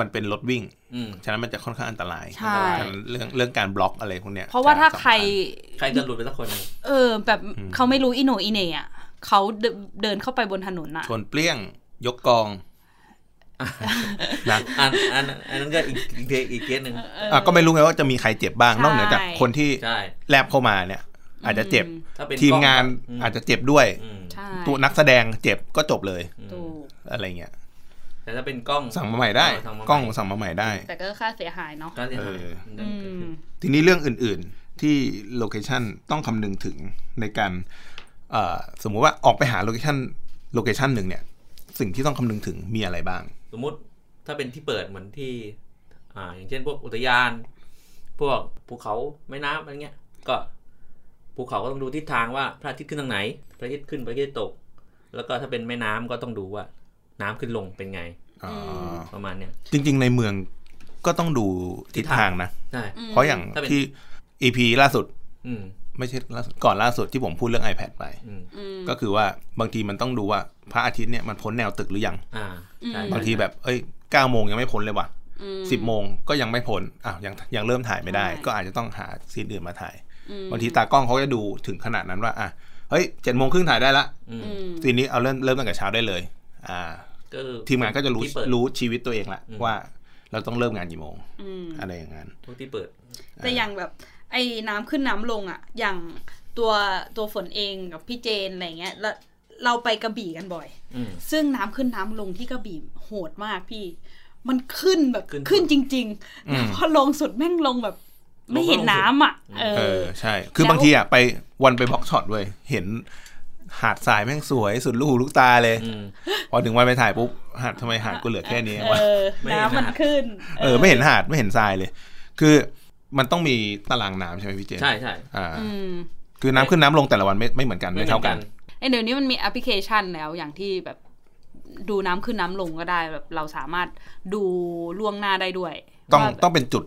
Speaker 3: มันเป็นรถวิ่ง
Speaker 6: อืม
Speaker 3: ฉะนั้นมันจะค่อนข้างอันตราย
Speaker 4: ใช่
Speaker 3: ฉะนั้นเรื่องเรื่องการบล็อกอะไรพวกเนี้ย
Speaker 4: เพราะว่าถ้าใคร
Speaker 3: สำญ
Speaker 6: ใครจะหลุดไปสักคนหนึ่ง
Speaker 4: เออ แบบ
Speaker 3: อืม
Speaker 4: เขาไม่รู้อีโหนอีเหน่อะเขาเดินเดินเข้าไปบนถนนอะ
Speaker 3: ชนเปรี้ยงยกกองนะ
Speaker 6: อันอันอันนั้นก็อีกอีกเคสอีกเคสหนึ่ง
Speaker 4: เออ
Speaker 3: อ่ะก็ไม่รู้ไงว่าจะมีใครเจ็บบ้าง
Speaker 4: ใช่
Speaker 3: นอกเหนือจากคนที่
Speaker 6: ใช่
Speaker 3: แลบเข้ามาเนี่ย อาจจะเจ็บ
Speaker 6: ถ้าเป็น
Speaker 3: ทีมงาน
Speaker 6: กล้
Speaker 3: อาจจะเจ็บด้วย
Speaker 6: อืม
Speaker 4: ใช่
Speaker 3: ตัวนักแสดงเจ็บก็จบเลย
Speaker 6: อืม
Speaker 4: ถูก
Speaker 3: อะไรเงี้ย
Speaker 6: แต่ แต่ถ้าเป็นกล้อง
Speaker 3: สั่งมาใหม่ได้
Speaker 6: สั่งมาใหม่
Speaker 3: กล้องสั่งมาใหม่ได้
Speaker 4: แต่ก็ค่าเสียหายเนาะ
Speaker 6: ก็จะหาย
Speaker 3: เออ
Speaker 6: มันจะ
Speaker 4: อื
Speaker 6: เกิด
Speaker 4: ม
Speaker 6: ขึ้น
Speaker 3: ทีนี้เรื่องอื่นๆที่โลเคชันต้องคำนึงถึงในการเอ่อสมมุติว่าออกไปหาโลเคชันโลเคชันหนึ่งเนี่ย สิ่งที่ต้องคำนึงถึงมีอะไรบ้าง
Speaker 6: สมมุติถ้าเป็นที่เปิดเหมือนที่ อ่า อย่างเช่นพวกอุทยาน พวกภูเขาแม่น้ำอะไรเงี้ย ก็ภูเขาก็ต้องดูทิศทางว่าพระอาทิตย์ขึ้นทางไหน พระอาทิตย์ขึ้นพระอาทิตย์ตก แล้วก็ถ้าเป็นแม่น้ำก็ต้องดูว่า น้ำขึ้นลงเป็นไง
Speaker 3: อ่า
Speaker 6: ประมาณเนี้ย
Speaker 3: จริงๆในเมืองก็ต้องดูทิศทางนะ
Speaker 6: ใช่
Speaker 3: เพราะอย่าง
Speaker 6: ถ้าเป็น
Speaker 3: ที่ EP ล่าสุด
Speaker 6: อืม
Speaker 3: ไม่ใช่ล่าสุดก่อนล่าสุดที่ผมพูดเรื่อง iPad ไป
Speaker 6: อืม
Speaker 4: อืม
Speaker 3: ก็คือว่าบางทีมันต้องดูว่าพระอาทิตย์เนี่ยมันพ้นแนวตึกหรือยัง
Speaker 6: อ่าใช่
Speaker 4: อืม
Speaker 3: บางทีแบบเอ้ยเก้าโมงยังไม่พ้นเลยว่ะ
Speaker 4: อืม
Speaker 3: สิบโมงก็ยังไม่พ้นอ้าวยังยังเริ่มถ่ายไม่ได้
Speaker 4: ใช่
Speaker 3: ก็อาจจะต้องหาซีนอื่นมาถ่าย
Speaker 4: อืม
Speaker 3: บางทีตากล้องเขาจะดูถึงขนาดนั้นว่าอ่ะเฮ้ยเจ็ดโมงครึ่งถ่ายได้ละ
Speaker 6: อืม
Speaker 4: อืม
Speaker 3: ซีนนี้เอาเริ่มเริ่มตั้งแต่เช้าได้เลย อ่า
Speaker 6: ก็คือ
Speaker 3: ทีมงานก็จะรู้
Speaker 6: ที่เปิด
Speaker 3: รู้ชีวิตตัวเองละ
Speaker 6: อืม
Speaker 3: ว่าเราต้องเริ่มงานกี่โมง
Speaker 4: อืม
Speaker 3: อะไรอย่างนั้น
Speaker 6: พวกที่เปิด
Speaker 4: แต่อย่างแบบไอ้น้ำขึ้นน้ำลงอ่ะ อย่างตัวตัวฝนเองกับพี่เจนอะไรเงี้ยแล้วเราไปกระบี่กันบ่อย
Speaker 6: อืม
Speaker 4: ซึ่งน้ำขึ้นน้ำลงที่กระบี่โหดมากพี่ มันขึ้นแบบ
Speaker 6: ขึ้น
Speaker 4: ขึ้นจริง
Speaker 3: อื
Speaker 4: ๆแล้ว
Speaker 3: ม
Speaker 4: พอลงสุดแม่งลงแบบ ไม่เห็นน้ำอ่ะ
Speaker 6: ลง
Speaker 4: เอ
Speaker 6: ก็ลงสุด
Speaker 3: เอ
Speaker 4: อ
Speaker 3: อใช่ คือบางทีอ่ะไปวันไปบล็อกช็อตเว้ยเห็นหาดทรายแม่งสวยสุดลูกหูลูกตาเลย
Speaker 6: อืม
Speaker 3: พอถึงวันไปถ่ายปุ๊บหาดทำไมหาดกูเหลือแค่นี้
Speaker 4: เอ
Speaker 3: วะ
Speaker 4: อ
Speaker 6: ไม่เห็น
Speaker 4: น้ำมัน
Speaker 6: น้ำ
Speaker 4: ขึ้น
Speaker 3: เออไม่เห็นหาดไม่เห็นทรายเลย คือมันต้องมีตารางน้ำใช่ไหมพี่เจน
Speaker 6: ใช่ใช่
Speaker 3: อ่า
Speaker 4: อืม
Speaker 3: คือน้ำขึ้นน้ำลงแต่ละวันไม่ไม่เหมือนกันไม่เท่ากัน
Speaker 4: ไอเดี๋ยวนี้มันมีแอปพลิเคชันแล้วอย่างที่แบบดูน้ำขึ้นน้ำลงก็ได้แบบเราสามารถดูล่วงหน้าได้ด้วย
Speaker 3: ต้อง
Speaker 4: ว่าแบบ
Speaker 3: ต้องเป็นจุด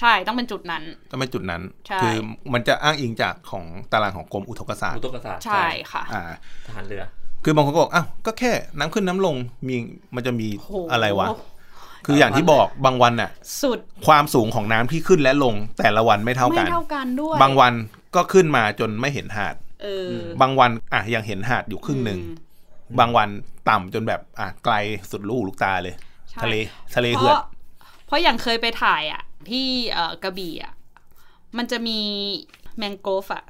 Speaker 4: ใช่ต้องเป็นจุดนั้น
Speaker 3: ต้องเป็นจุดนั้น
Speaker 4: ใช่
Speaker 3: คือมันจะอ้างอิงจากของตารางของกรมอุทกศาสต
Speaker 6: อุ
Speaker 3: ร์
Speaker 6: ตกศาสตร์
Speaker 4: ใช่ค่ะ
Speaker 3: อ่า
Speaker 6: ทหารเรือ
Speaker 3: คือบางคนก็บอกอ้าวก็แค่น้ำขึ้นน้ำลงมีมันจะมี
Speaker 4: โโห
Speaker 3: อะไรวะคืออย่างที่บอกบางวันน่ะ
Speaker 4: สุด
Speaker 3: ความสูงของน้ำที่ขึ้นและลงแต่ละวันไม่เท่า
Speaker 4: ไม่
Speaker 3: กัน
Speaker 4: เท่ากันด้วย
Speaker 3: บางวันก็ขึ้นมาจนไม่เห็นหาด
Speaker 4: เอออบ
Speaker 3: างวันอ่ะยังเห็นหาดอยู่ครึ่งหนึ่ง
Speaker 4: อืม
Speaker 3: บางวันต่ำจนแบบอ่ะไกลสุดลูกหูลูกตาเลย
Speaker 4: ใช่
Speaker 3: ทะเลทะเล
Speaker 4: เพ
Speaker 3: เหือด
Speaker 4: ราะเพราะอย่างเคยไปถ่ายอ่ะ ที่เอ่อกระบี่อ่ะ มันจะมีแมงโกรฟอ่ะ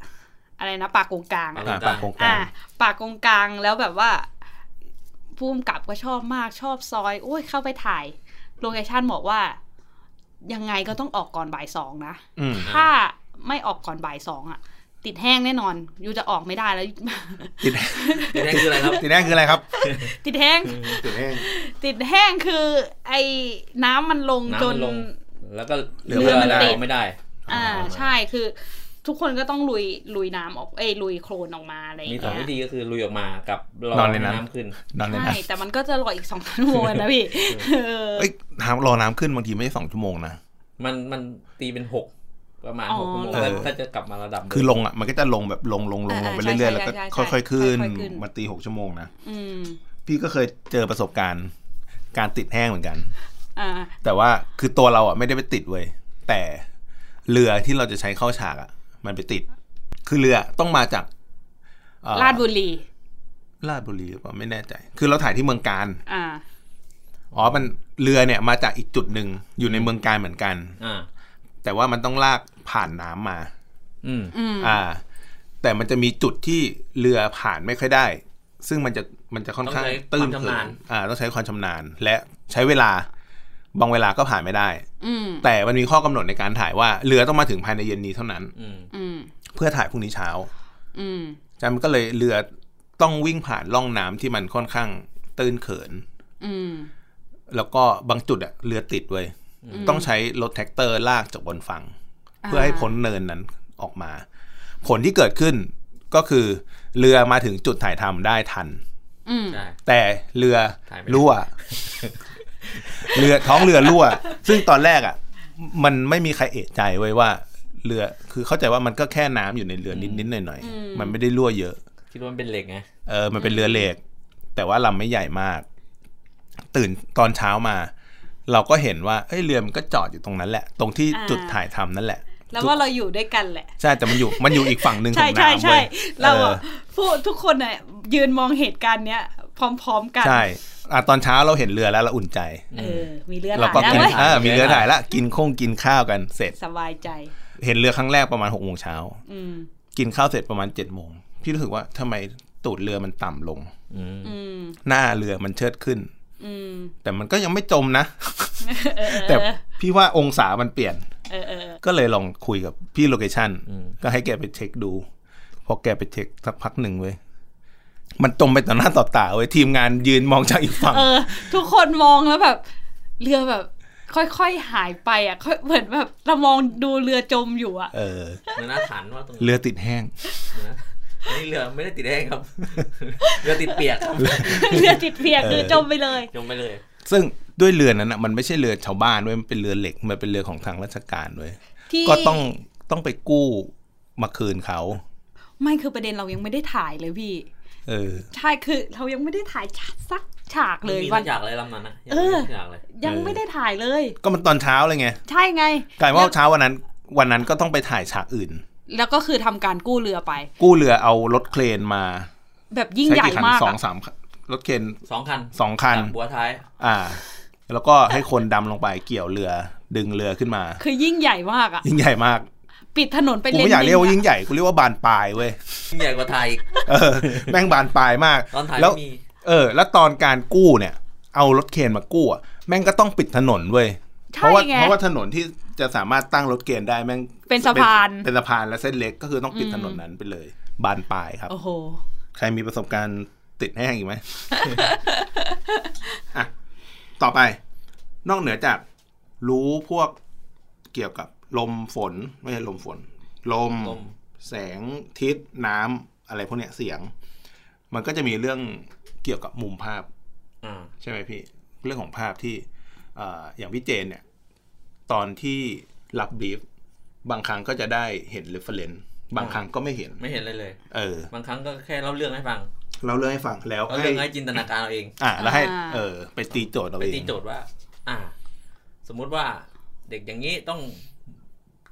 Speaker 4: อะไรนะป่ากงกลาง
Speaker 6: อ่
Speaker 3: อ่ะ
Speaker 4: อะ
Speaker 6: ปา
Speaker 3: ปาก กกง
Speaker 6: กงก
Speaker 3: กลาง ง
Speaker 6: ลา
Speaker 4: อ่ะป่ากงกลางแล้วแบบว่าผู้กำกับก็ชอบมากชอบซอยโอ้ยเข้าไปถ่ายโลเคชั่นบอกว่า ยังไงก็ต้องออกก่อนบ่ายสองนะ
Speaker 3: อืม
Speaker 4: ถ้าไม่ออกก่อนบ่ายสองอ่ะ ติดแห้งแน่นอนยูจะออกไม่ได้แล้ว
Speaker 3: ติด
Speaker 6: ติดแดงคืออะไรครับ
Speaker 3: ติดแห้งคืออะไรครับ
Speaker 4: ติดแห้ง
Speaker 3: ติดแห้ง
Speaker 4: ติดแห้งคือไอ้น้ำมันลงจ
Speaker 6: น้ำมัน นลง แล้วก็
Speaker 3: เรือมันติด
Speaker 6: ไม่ได้
Speaker 4: อ่าใช่คือ ทุกคนก็ต้องลุยลุยน้ำออกเอ้ยลุยโคลนออกมาอะไรอย่าง
Speaker 6: มี
Speaker 4: เงี้ย
Speaker 6: สองวิธีก็คือลุยออกมากับร
Speaker 3: นอนในน้ำ
Speaker 6: น้ำขึ้น
Speaker 3: นอนเลย
Speaker 4: ใช่
Speaker 3: นะ
Speaker 4: แต่มันก็จะรออีกสองชั่วโมงนะพี่เออ
Speaker 3: เอ้ยน้ำรอน้ำขึ้นบางทีไม่ใช่สองชั่วโมงนะ
Speaker 6: มันมันตีเป็นหกประมาณ
Speaker 4: อ๋อ
Speaker 6: หกชั่วโมง
Speaker 3: เออ
Speaker 6: แล้วถ้าจะกลับมาระดับเดิม
Speaker 3: คือลงอ่ะมันก็จะลงแบบลงลงลงลงไป
Speaker 4: เออ
Speaker 3: เรื่อ
Speaker 4: ใช่
Speaker 3: ยๆแล้วก็
Speaker 4: ใช่ใช่ใช่
Speaker 3: ค่อยๆขึ้น
Speaker 4: ค่อยๆขึ้น
Speaker 3: มันตีหกชั่วโมงนะ
Speaker 4: อืม
Speaker 3: พี่ก็เคยเจอประสบการณ์ การติดแห้งเหมือนกัน
Speaker 4: อ่า
Speaker 3: แต่ว่าคือตัวเราอ่ะไม่ได้ไปติดเว้ยแต่เรือที่เราจะใช้เข้าฉากอ่ะ มันไปติด คือเรือต้องมาจากเอ่อ
Speaker 4: ลาดบุรี
Speaker 3: ลาดบุรีหรือเปล่าไม่แน่ใจ คือเราถ่ายที่เมืองการ
Speaker 4: อ่า
Speaker 3: อ๋อมันเรือเนี่ยมาจากอีกจุดหนึ่งอยู่ในเมืองการเหมือนกัน
Speaker 6: อ่า
Speaker 3: แต่ว่ามันต้องลากผ่านน้ำมา
Speaker 6: อืม
Speaker 4: อืม
Speaker 3: อ่า แต่มันจะมีจุดที่เรือผ่านไม่ค่อยได้ ซึ่งมันจะมันจะค่อนข้าง
Speaker 6: ต้
Speaker 3: ตื้
Speaker 6: อง
Speaker 3: น
Speaker 6: ใช้ความ
Speaker 3: เขิ
Speaker 6: ชำนาญ
Speaker 3: นอ่า ต้องใช้ความชำนาญ และใช้เวลา บางเวลาก็ผ่านไม่ได้
Speaker 4: อืม
Speaker 3: แต่มันมีข้อกำหนดในการถ่ายว่าเรือต้องมาถึงภายในเย็นนี้เท่านั้น
Speaker 6: อืม
Speaker 4: อืม
Speaker 3: เพื่อถ่ายพรุ่งนี้เช้า
Speaker 4: อืม
Speaker 3: จามันก็เลยเรือต้องวิ่งผ่านร่องน้ำที่มันค่อนข้างตื้นเขิน
Speaker 4: อืม
Speaker 3: แล้วก็บางจุดอะเรือติดเว้ยต้องใช้รถแท็กเตอร์ลากจากบนฝั่ง เพื่อให้พ้นเนินนั้นออกมา ผลที่เกิดขึ้นก็คือ เรือมาถึงจุดถ่ายทำได้ทัน
Speaker 4: อืม
Speaker 6: ใช่
Speaker 3: แต่เรือ
Speaker 6: ถ่ายไม่
Speaker 3: รั่ว เรือท้องเรือรั่ว ซึ่งตอนแรกอ่ะ มันไม่มีใครเอะใจไว้ยว่า เรือคือเข้าใจว่ามันก็แค่น้ำอยู่ในเรือนิดๆหน่อยๆมันไม่ได้รั่วเยอะ
Speaker 6: คิดว่ามันเป็นเหล็กไง
Speaker 3: เออ มันเป็นเรือเหล็ก แต่ว่าลำไม่ใหญ่มาก ตื่นตอนเช้ามา เราก็เห็นว่าเอ้ยเรือมันก็จอดอยู่ตรงนั้นแหละ ตรงที่จุดถ่ายทำนั่นแหละ
Speaker 4: แล้วว่าเราอยู่ด้วยกันแหละ
Speaker 3: ใช่แต่มันอยู่มันอยู่อีกฝั่งหนึ่งข
Speaker 4: ใช่
Speaker 3: อง
Speaker 4: ใช่
Speaker 3: น้ำ
Speaker 4: ใช่
Speaker 3: เว้ย
Speaker 4: เรา
Speaker 3: อ
Speaker 4: อะ
Speaker 3: อ
Speaker 4: ผู้ทุกคนเนี่ยยืนมองเหตุการณ์เนี้ย พร้อมๆกัน
Speaker 3: ใช่อ่ะตอนเช้าเราเห็นเรือแล้วเราอุ่นใจ
Speaker 4: เออ มีเลือดไห
Speaker 3: เรา
Speaker 4: ล
Speaker 3: ก็
Speaker 4: แล้ว
Speaker 3: กิน
Speaker 4: เว้ย
Speaker 3: เออมีเรือถ่ายละกินคงกินข้าวกันเสร็จ
Speaker 4: สบายใจ
Speaker 3: เห็นเรือครั้งแรกประมาณหกโมงเช้า
Speaker 4: อืม
Speaker 3: กินข้าวเสร็จประมาณเจ็ดโมงพี่รู้สึกว่าทำไมตูดเรือมันต่ำลง
Speaker 6: อืม
Speaker 4: อืม
Speaker 3: หน้าเรือมันเชิดขึ้น
Speaker 4: อืม
Speaker 3: แต่มันก็ยังไม่จม นะ
Speaker 4: เออ
Speaker 3: แต่พี่ว่าองศามันเปลี่ยน
Speaker 4: เออเออ
Speaker 3: ก็เลยลองคุยกับพี่โลเคชัน
Speaker 6: อืม
Speaker 3: ก็ให้แกไปเช็คดู พอแกไปเช็คสักพักหนึ่งเว้ย มันจมไปต่อหน้าต่อตาเว้ยทีมงานยืนมองจากอีกฝั่ง
Speaker 4: เออ ทุกคนมองแล้วแบบ เรือแบบ ค่อยๆหายไปอ่ะค่อยเหมือนแบบเรามองดูเรือจมอยู่อ่ะ
Speaker 3: เออ
Speaker 6: เหมือนอาถรรพ์ว่าตรงนี้
Speaker 3: เรือติดแห้ง
Speaker 6: นะอันนี้เรือไม่ได้ติดแห้งครับ เรือติดเปียก ครับ
Speaker 4: เรือติดเพียกคือจมไปเลย
Speaker 6: จมไปเลย
Speaker 3: ซึ่งด้วยเรือนั้นนะมันไม่ใช่เรือชาวบ้านเว้ยมันเป็นเรือเหล็ก มันเป็นเรือของทางราชการเว้ย
Speaker 4: ที่
Speaker 3: ก็ต้องต้องไปกู้มาคืนเขา
Speaker 4: ไม่คือประเด็นเรายังไม่ได้ถ่ายเลยพี่
Speaker 3: เออ
Speaker 4: ใช่คือเรายังไม่ได้ถ่ายสักฉากเลย
Speaker 6: มี
Speaker 4: วั
Speaker 6: สั
Speaker 4: น
Speaker 6: กอยากอะไรลำนั้นนะ
Speaker 4: เออ
Speaker 6: อยากเลย
Speaker 4: ยังไม่ได้ถ่ายเลย
Speaker 3: ก็มันตอนเช้าเลยไง
Speaker 4: ใช่ไง
Speaker 3: กลายว่าเช้าวันนั้น วันนั้นก็ต้องไปถ่ายฉากอื่น
Speaker 4: แล้วก็คือทำการกู้เรือไป
Speaker 3: กู้เรือเอารถเครนมา
Speaker 4: แบบยิ่ง
Speaker 3: ใช้
Speaker 4: ใหญ่
Speaker 3: กี่คั
Speaker 4: มาก
Speaker 3: สอ
Speaker 4: อะ
Speaker 3: งสามคันรถเครน
Speaker 6: สองคัน
Speaker 3: สองคัน
Speaker 6: จากบัวท้าย
Speaker 3: อ่า แล้วก็ให้คนดำลงไปเกี่ยวเรือ ดึงเรือขึ้นมา
Speaker 4: คือยิ่งใหญ่มากอะ
Speaker 3: ยิ่งใหญ่มาก
Speaker 4: ปิดถนนไป
Speaker 3: กู
Speaker 4: เลน
Speaker 3: ไม่อยาก
Speaker 4: ห
Speaker 3: เรีย
Speaker 4: นึ่
Speaker 3: กว่า
Speaker 4: อะ
Speaker 3: ยิ่งใหญ่กูเรียกว่าบานปลายเว้ย
Speaker 6: ยิ่งใหญ่กว่าไทยอีก
Speaker 3: เอ อแม่งบานปลายมาก
Speaker 6: ตอนถ่าย
Speaker 3: แล้ว
Speaker 6: ไม่มี
Speaker 3: เออ แล้วตอนการกู้เนี่ย เอารถเครนมากู้อะแม่งก็ต้องปิดถนนเว้ยเพ
Speaker 4: ใช่
Speaker 3: ราะว่า
Speaker 4: ไง
Speaker 3: เพราะว่าถนนที่จะสามารถตั้งรถเครนได้แม่ง
Speaker 4: เป็นสะพาน
Speaker 3: เป็เป็นสะพานและเส้นเล็กก็คือต้องปิดถนนนั้นไปเลย บานปลายครับ
Speaker 4: โอ้โห
Speaker 3: ใครมีประสบการณ์ติดแห้ง อีกไหม อ่ะ ต่อไป นอกเหนือจาก รู้พวกเกี่ยวกับลมฝน ไม่ใช่ลมฝน ลม
Speaker 6: ลม
Speaker 3: แสงทิศน้ำอะไรพวกเนี้ยเสียง มันก็จะมีเรื่องเกี่ยวกับมุมภาพ
Speaker 6: อ่า
Speaker 3: ใช่ไหมพี่ เรื่องของภาพที่เอ่ออย่างพี่เจนเนี่ย ตอนที่รับบรีฟบางครั้งก็จะได้เห็นเรฟเฟรนบางครั้งก็ไม่เห็น
Speaker 6: ไม่เห็นเลยเลย
Speaker 3: เออ
Speaker 6: บางครั้งก็แค่เล่าเรื่องให้ฟัง
Speaker 3: เราเล่าให้ฟังแล้ว
Speaker 6: เล่า
Speaker 3: ให้
Speaker 6: เรื่องให้จินตนาการเอาเอง
Speaker 3: อ่ะแล้วให้
Speaker 4: อ่า
Speaker 3: เออไปตีโจทย์เรา
Speaker 6: ไป
Speaker 3: เอง
Speaker 6: ตีโจทย์ว่า อ่า สมมุติว่าเด็กอย่างนี้ต้อง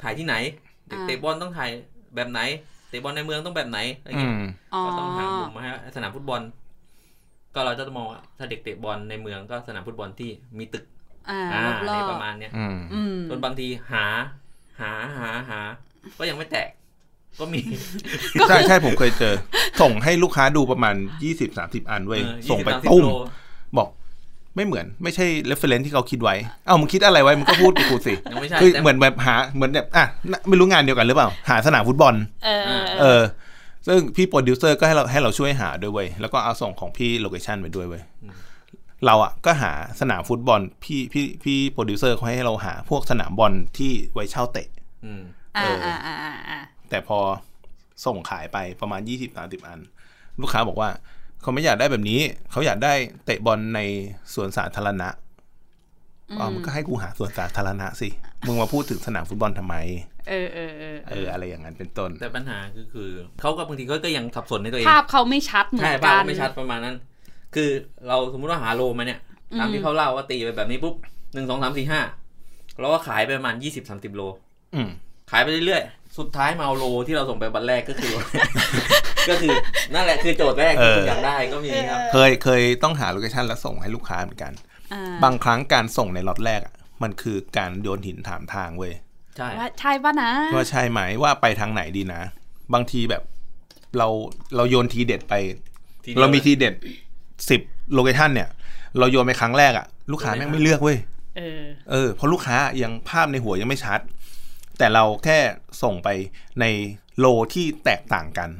Speaker 6: ถ่ายที่ไหน เด็ก
Speaker 4: อ่า
Speaker 6: เตะบอลต้องถ่ายแบบไหน เตะบอลในเมืองต้องแบบไหนอะไร
Speaker 3: อื
Speaker 6: เงี้ย
Speaker 3: ม
Speaker 4: อ๋อ
Speaker 6: ก็ต้องหามุมมาให้สนามฟุตบอล ก็เราจะมองว่าถ้าเด็กเตะบอลในเมืองก็สนามฟุตบอลที่มีตึก
Speaker 4: อ่า
Speaker 6: อ่ารใน
Speaker 4: อบ
Speaker 6: ประมาณเนี้ย
Speaker 3: อืม
Speaker 4: ๆอืม
Speaker 6: จนบางทีหา หาหาหา ก็ยังไม่แตก ก็มี
Speaker 3: ใช่ใช่ผมเคยเจอ ส่งให้ลูกค้าดูประมาณยี่สิบสามสิบอันเว้ย
Speaker 6: เออ
Speaker 3: ส่งไป
Speaker 6: 20-30
Speaker 3: ตุ้ม
Speaker 6: โล
Speaker 3: บอก ไม่เหมือนไม่ใช่ reference ที่เขาคิดไว้ เอ้ามึงคิดอะไรไว้มึงก็พูดไปกูสิ
Speaker 6: ยังไม่ใช่
Speaker 3: คือ
Speaker 6: แต่
Speaker 3: เหมือนแบบหาเหมือนแบบอ่ะไม่รู้งานเดียวกันหรือเปล่า หาสนามฟุตบอล
Speaker 4: เออ
Speaker 3: เออ ซึ่งพี่โปรดิวเซอร์ก็ให้เราให้เราช่วยหาด้วยเว้ย แล้วก็เอาส่งของพี่โลเคชันไปด้วยเว้ย
Speaker 6: อืม
Speaker 3: เราอ่ะก็หาสนามฟุตบอลพี่พี่พี่โปรดิวเซอร์เขาให้เราหาพวกสนามบอลที่ไว้เช่าเตะ
Speaker 6: อืม
Speaker 4: อ่า
Speaker 3: เอออ่
Speaker 4: อ่าอ่าอ่า
Speaker 3: แต่พอส่งขายไปประมาณ 20 30 อัน ลูกค้าบอกว่า เขาไม่อยากได้แบบนี้ เขาอยากได้เตะบอลในสวนสาธารณะอ๋อมันก็ให้กูหาสวนสาธารณะสิมึงมาพูดถึงสนามฟุตบอลทำไม
Speaker 4: เออเออเออ
Speaker 3: เอออะไรอย่างนั้นเป็นต้น
Speaker 6: แต่ปัญหาคือคือเขาก็บางทีเขาก็ยังสับสนในตัวเอง
Speaker 4: ภาพเขาไม่ชัดเหมือ
Speaker 6: ใช่
Speaker 4: น
Speaker 6: ภา
Speaker 4: กั
Speaker 6: พ
Speaker 4: น
Speaker 6: ไม่ชัดประมาณนั้น คือเราสมมุติว่าหาโลมาเนี่ย ตาม
Speaker 4: อืม
Speaker 6: ที่เขาเล่าว่าตีไปแบบนี้ปุ๊บหนึ่งสองสามสี่ห้าเราก็ขายไปประมาณยี่สิบสามสิบโล
Speaker 3: อืม
Speaker 6: ขายไปเรื่อยๆ สุดท้ายมาเอาโลที่เราส่งไปบันแรกก็คือ ก็คือนั่นแหละคือโจทย์แรกที่คุณอยากได้ก็มีครับ
Speaker 3: เคยเคยต้องหาโลเคชันแล้วส่งให้ลูกค้าเหมือนกัน
Speaker 4: อ่า
Speaker 3: บางครั้งการส่งในล็อตแรกอะมันคือการโยนหินถามทางเว้ย
Speaker 6: ใช่
Speaker 4: ว่าใช่ป่ะนะ
Speaker 3: ว่าใช่ไหมว่าไปทางไหนดีนะ บางทีแบบเราเราโยนทีเด็ดไป
Speaker 6: ทีดียว
Speaker 3: เรามี
Speaker 6: ลย
Speaker 3: ทีเด็ดสิบโลเคชันเนี่ย เราโยนไปครั้งแรกอะลูกค้าแม่งไม่เลือกเว้ย
Speaker 4: เออ
Speaker 3: เออเพราะลูกค้ายังภาพในหัวยังไม่ชัด แต่เราแค่ส่งไปในโลที่แตกต่างกัน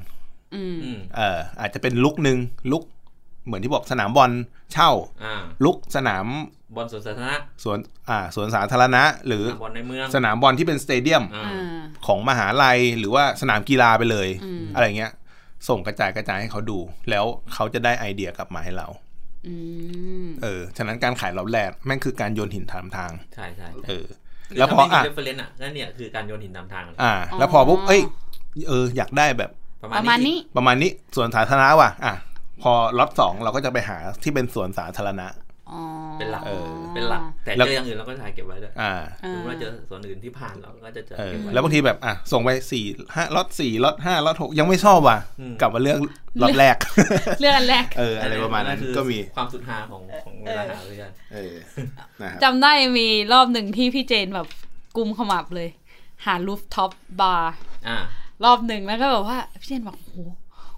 Speaker 4: อืม
Speaker 6: อืม
Speaker 3: เอออาจจะเป็นลุกหนึ่งลุกเหมือนที่บอกสนามบอลเช่า
Speaker 6: อ่า
Speaker 3: ลุกสนาม
Speaker 6: บอลสวนสาธารณะ
Speaker 3: สวนอ่าสวนสาธารณะ หรือ
Speaker 6: อ่าบอลในเมือง
Speaker 3: สนามบอลที่เป็นสเตเดียม
Speaker 6: อ่า
Speaker 4: อ่า
Speaker 3: ของมหาลัยหรือว่าสนามกีฬาไปเลย
Speaker 4: อืม
Speaker 3: อะไรเงี้ย ส่งกระจายกระจายให้เขาดู แล้วเขาจะได้ไอเดียกลับมาให้เรา
Speaker 4: อืม
Speaker 3: เออ ฉะนั้นการขายรอบแรกแม่งคือการโยนหินถามทาง
Speaker 6: ใช่ใช่
Speaker 3: เออ แล้วพออ่ะ
Speaker 6: เรฟเฟรนอ่ะนั่นเนี่ยคือการโยนหินตามทาง
Speaker 3: อ่า แล้วพอปุ๊บ เอ้ย เออ อยากได้แบบ
Speaker 6: ประ
Speaker 4: ประ
Speaker 6: มา
Speaker 4: มา
Speaker 6: ณ
Speaker 4: ณ
Speaker 6: นี้
Speaker 4: นี้
Speaker 3: ประมาณนี้สวนสาธารณะว่ะ อ่ะ พอล็อตสองเราก็จะไปหาที่เป็นสวนสาธารณะ
Speaker 4: อ๋อ
Speaker 6: เป็นหลัก
Speaker 3: เออ
Speaker 6: เป็นหลัก แต่
Speaker 3: แล้ว
Speaker 6: เจออย่างอื่นเราก็ถ่ายเก็บไว้ด้วย
Speaker 3: อ่า
Speaker 4: อ่า
Speaker 6: ถึงว่าเจอส่วนอื่นที่ผ่านเราก็จะเจอ
Speaker 3: เออ
Speaker 6: เก็บไ
Speaker 3: แล้วบางทีแบบ อ่ะ ส่งไปสี่ห้าล็อตสี่ล็อตห้าล็อตหกยังไม่ชอบว่ะ
Speaker 6: อืม
Speaker 3: กลับมาเลือกล็อตแร ก
Speaker 4: เรื่องอันแรก
Speaker 3: เออ อะไรประมาณนั้น
Speaker 6: คือ
Speaker 3: ก็มี
Speaker 6: ความสุดฮาของของเวลาหาเรื่อง
Speaker 3: เออ นะครับ
Speaker 4: จำได้มีรอบหนึ่งที่พี่เจนแบบกุมขมับเลย หาลูฟท็อปบาร์
Speaker 6: อ่าร
Speaker 4: อบหนึ่งแล้วก็แบบว่า พี่เจนบอกโอ้โห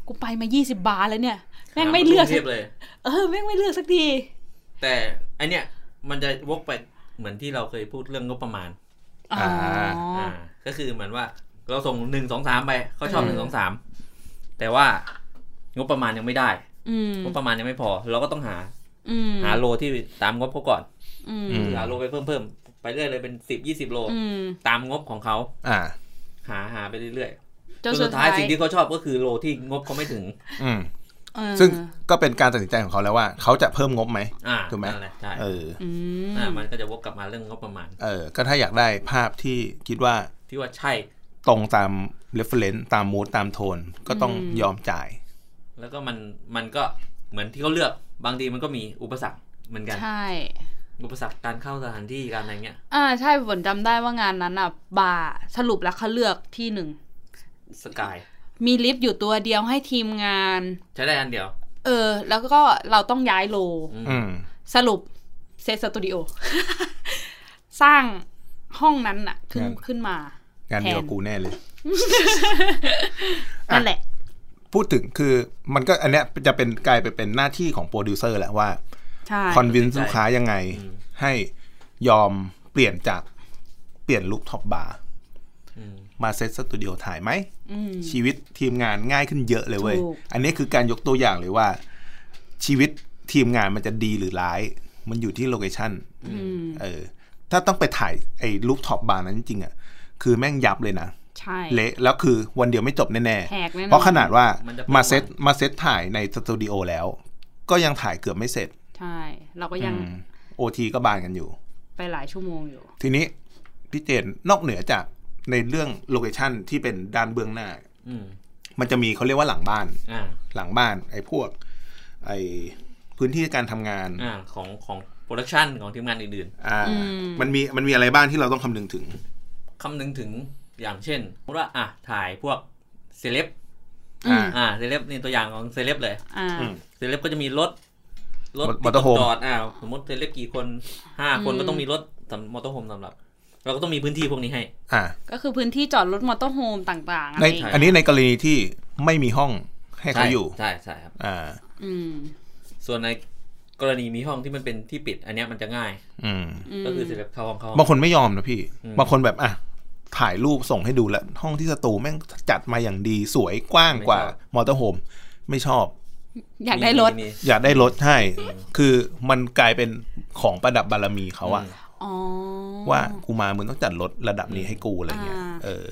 Speaker 4: กูไปมา 20 บาร์แล้วเนี่ย แม่งไม่
Speaker 6: หาา
Speaker 4: เลือก
Speaker 6: เทียบเลย
Speaker 4: เออแม่งไม่เลือกสักที
Speaker 6: แต่ไอเนี้ยมันจะวกไปเหมือนที่เราเคยพูดเรื่องงบประมาณ
Speaker 4: อ๋ออ่า
Speaker 6: อ่าก็คือเหมือนว่าเราส่งหนึ่งสองสามไปเขาชอบ
Speaker 4: อื
Speaker 6: ห
Speaker 4: ม
Speaker 6: นึ่งสองสามแต่ว่างบประมาณยังไม่ได้
Speaker 4: อืม
Speaker 6: งบประมาณยังไม่พอ เราก็ต้องหา
Speaker 4: อืม
Speaker 6: หาโลที่ตามงบเขาก่อน
Speaker 4: อืม
Speaker 3: อืม
Speaker 6: หาโลไปเพิ่มเพิ่มๆไปเรื่อยเลยเป็นสิบยี่สิบโล
Speaker 4: อืม
Speaker 6: ตามงบของเขา
Speaker 3: อ่า
Speaker 6: หาหาไปเรื่อย
Speaker 4: จ
Speaker 6: ๆจ
Speaker 4: น
Speaker 6: น
Speaker 4: สุ
Speaker 6: สุ
Speaker 4: ด
Speaker 6: ด
Speaker 4: ท้า
Speaker 6: ท้าย ยสิ่งที่เขาชอบก็คือโลที่งบเขาไม่ถึง
Speaker 3: อืม
Speaker 4: เออ
Speaker 3: ซึ่งก็เป็นการตัดสินใจของเขาแล้วว่า เขาจะเพิ่มงบไหม
Speaker 6: อ่า
Speaker 3: ถูกไหม
Speaker 6: นั่นและใช่
Speaker 3: เออ
Speaker 4: อืม
Speaker 6: อ่ามันก็จะวกกลับมาเรื่องงบประมาณ
Speaker 3: เออ ก็ถ้าอยากได้ภาพที่คิดว่า
Speaker 6: ที่ว่าใช่
Speaker 3: ตรงตาม reference ตาม mood ตามโทน ก็ต้องยอมจ่าย
Speaker 6: แล้วก็มันมันก็เหมือนที่เขาเลือกบางทีมันก็มีอุปสรรคเหมือนกัน
Speaker 4: ใช่
Speaker 6: อุปสรรคการเข้าสถานที่การอะไรเงี้ย
Speaker 4: อ่าใช่ผมจำได้ว่างานนั้นอ่ะ บาร์สรุปแล้วเขาเลือกที่หนึ่ง
Speaker 6: สกาย
Speaker 4: มีลิฟต์อยู่ตัวเดียวให้ทีมงาน
Speaker 6: ใช้ได้อันเดียว
Speaker 4: เออ แล้วก็เราต้องย้ายโล
Speaker 3: อืม
Speaker 4: สรุปเซตสตูดิโอ สร้างห้องนั้นน่ะ ขึ้น
Speaker 3: งั้น
Speaker 4: ขึ้นมา
Speaker 3: งานเดียว
Speaker 4: แทน
Speaker 3: กูแน่เลย อ่ะ
Speaker 4: นั่นแหละ
Speaker 3: พูดถึงคือมันก็อันเนี้ยจะเป็นกลายไปเป็นหน้าที่ของโปรดิวเซอร์แหละว่า
Speaker 4: ใช่
Speaker 3: คอนวินลูกค้ายังไง ให้ยอมเปลี่ยนจากเปลี่ยนลุคท็อปบาร์
Speaker 6: อืม
Speaker 3: มาเซตสตูดิโอถ่ายไหม
Speaker 4: อืม
Speaker 3: ชีวิตทีมงานง่ายขึ้นเยอะเลยเว้ย
Speaker 4: ถูก
Speaker 3: อันนี้คือการยกตัวอย่างเลยว่า ชีวิตทีมงานมันจะดีหรือร้าย มันอยู่ที่โลเคชั่น
Speaker 4: อืม
Speaker 3: เออ ถ้าต้องไปถ่ายไอ้รูปท็อปบาร์นั้นจริงๆอ่ะ คือแม่งยับเลยนะ
Speaker 4: ใช่
Speaker 3: เละแล้วคือวันเดียวไม่จบแน่
Speaker 4: แหกแน่นอน
Speaker 3: เพราะขนาดว่าม
Speaker 6: นจะ
Speaker 3: มาเซตมาเซตถ่ายในสตูดิโอแล้ว ก็ยังถ่ายเกือบไม่เสร็จ
Speaker 4: ใช่ เราก็ยัง
Speaker 3: โอทีก็บานกันอยู่
Speaker 4: ไปหลายชั่วโมงอยู่
Speaker 3: ทีนี้พี่เจนนอกเหนือจากในเรื่องโลเคชั่นที่เป็นด้านเบื้องหน้า
Speaker 6: อืม
Speaker 3: มันจะมีเขาเรียกว่าหลังบ้าน
Speaker 6: อ่า
Speaker 3: หลังบ้าน ไอ้พวก ไอ้พื้นที่การทำงาน
Speaker 6: อ่าของของโปรดักชันของทีมงานอื่น
Speaker 3: อ่า
Speaker 4: อืม
Speaker 3: มันมีมันมีอะไรบ้างที่เราต้องคำนึงถึง
Speaker 6: ๆคำนึงถึงอย่างเช่นสมมติว่าอ่ะถ่ายพวกเซเลบ
Speaker 4: อืม
Speaker 6: อ่าเซเลบนี่ตัวอย่างของเซเลบเลย
Speaker 4: อ่า
Speaker 3: อืม
Speaker 6: เซเลบก็จะมีรถรถ
Speaker 3: มอมอเตอร์โฮม
Speaker 6: จอดอ่าสมมติเซเลบกี่คนห้าคน
Speaker 4: อืม
Speaker 6: ก็ต้องมีรถสำมอเตอร์โฮมสำหรับ เราก็ต้องมีพื้นที่พวกนี้ให้
Speaker 3: อ่า
Speaker 4: ก็คือพื้นที่จอดรถมอเตอร์โฮมต่างๆอะ
Speaker 3: ใน
Speaker 4: ไรอย่าง
Speaker 3: อั
Speaker 4: เงี้
Speaker 3: น
Speaker 4: ย
Speaker 3: นี้ในกรณีที่ไม่มีห้องให้เขา
Speaker 6: ใช่
Speaker 3: อยู่
Speaker 6: ใช่ใช่ครับ
Speaker 3: อ่า
Speaker 4: อืม
Speaker 6: ส่วนในกรณีมีห้องที่มันเป็นที่ปิด อันเนี้ยมันจะง่าย
Speaker 3: อืม
Speaker 4: ม
Speaker 6: ก็คือเซเลบเข้าห้องเข้าห้อง
Speaker 3: บางคนไม่ยอมนะพี่
Speaker 6: อืม
Speaker 3: บางคนแบบอ่ะถ่ายรูปส่งให้ดูแล้ว ห้องที่สตูแม่งจัดมาอย่างดีสวยกว้างกว่ามอเตอร์โฮมไม่ชอบ
Speaker 4: อยากได้รถ
Speaker 6: มีมี
Speaker 3: อยากได้รถให้ คือมันกลายเป็นของประดับบารมีเขาอะ
Speaker 6: อืม
Speaker 4: อ๋อ
Speaker 3: ว่ากูมามึงต้องจัดรถระดับนี้ให้กูอะไรเงี้ย
Speaker 4: อ่า
Speaker 3: เออ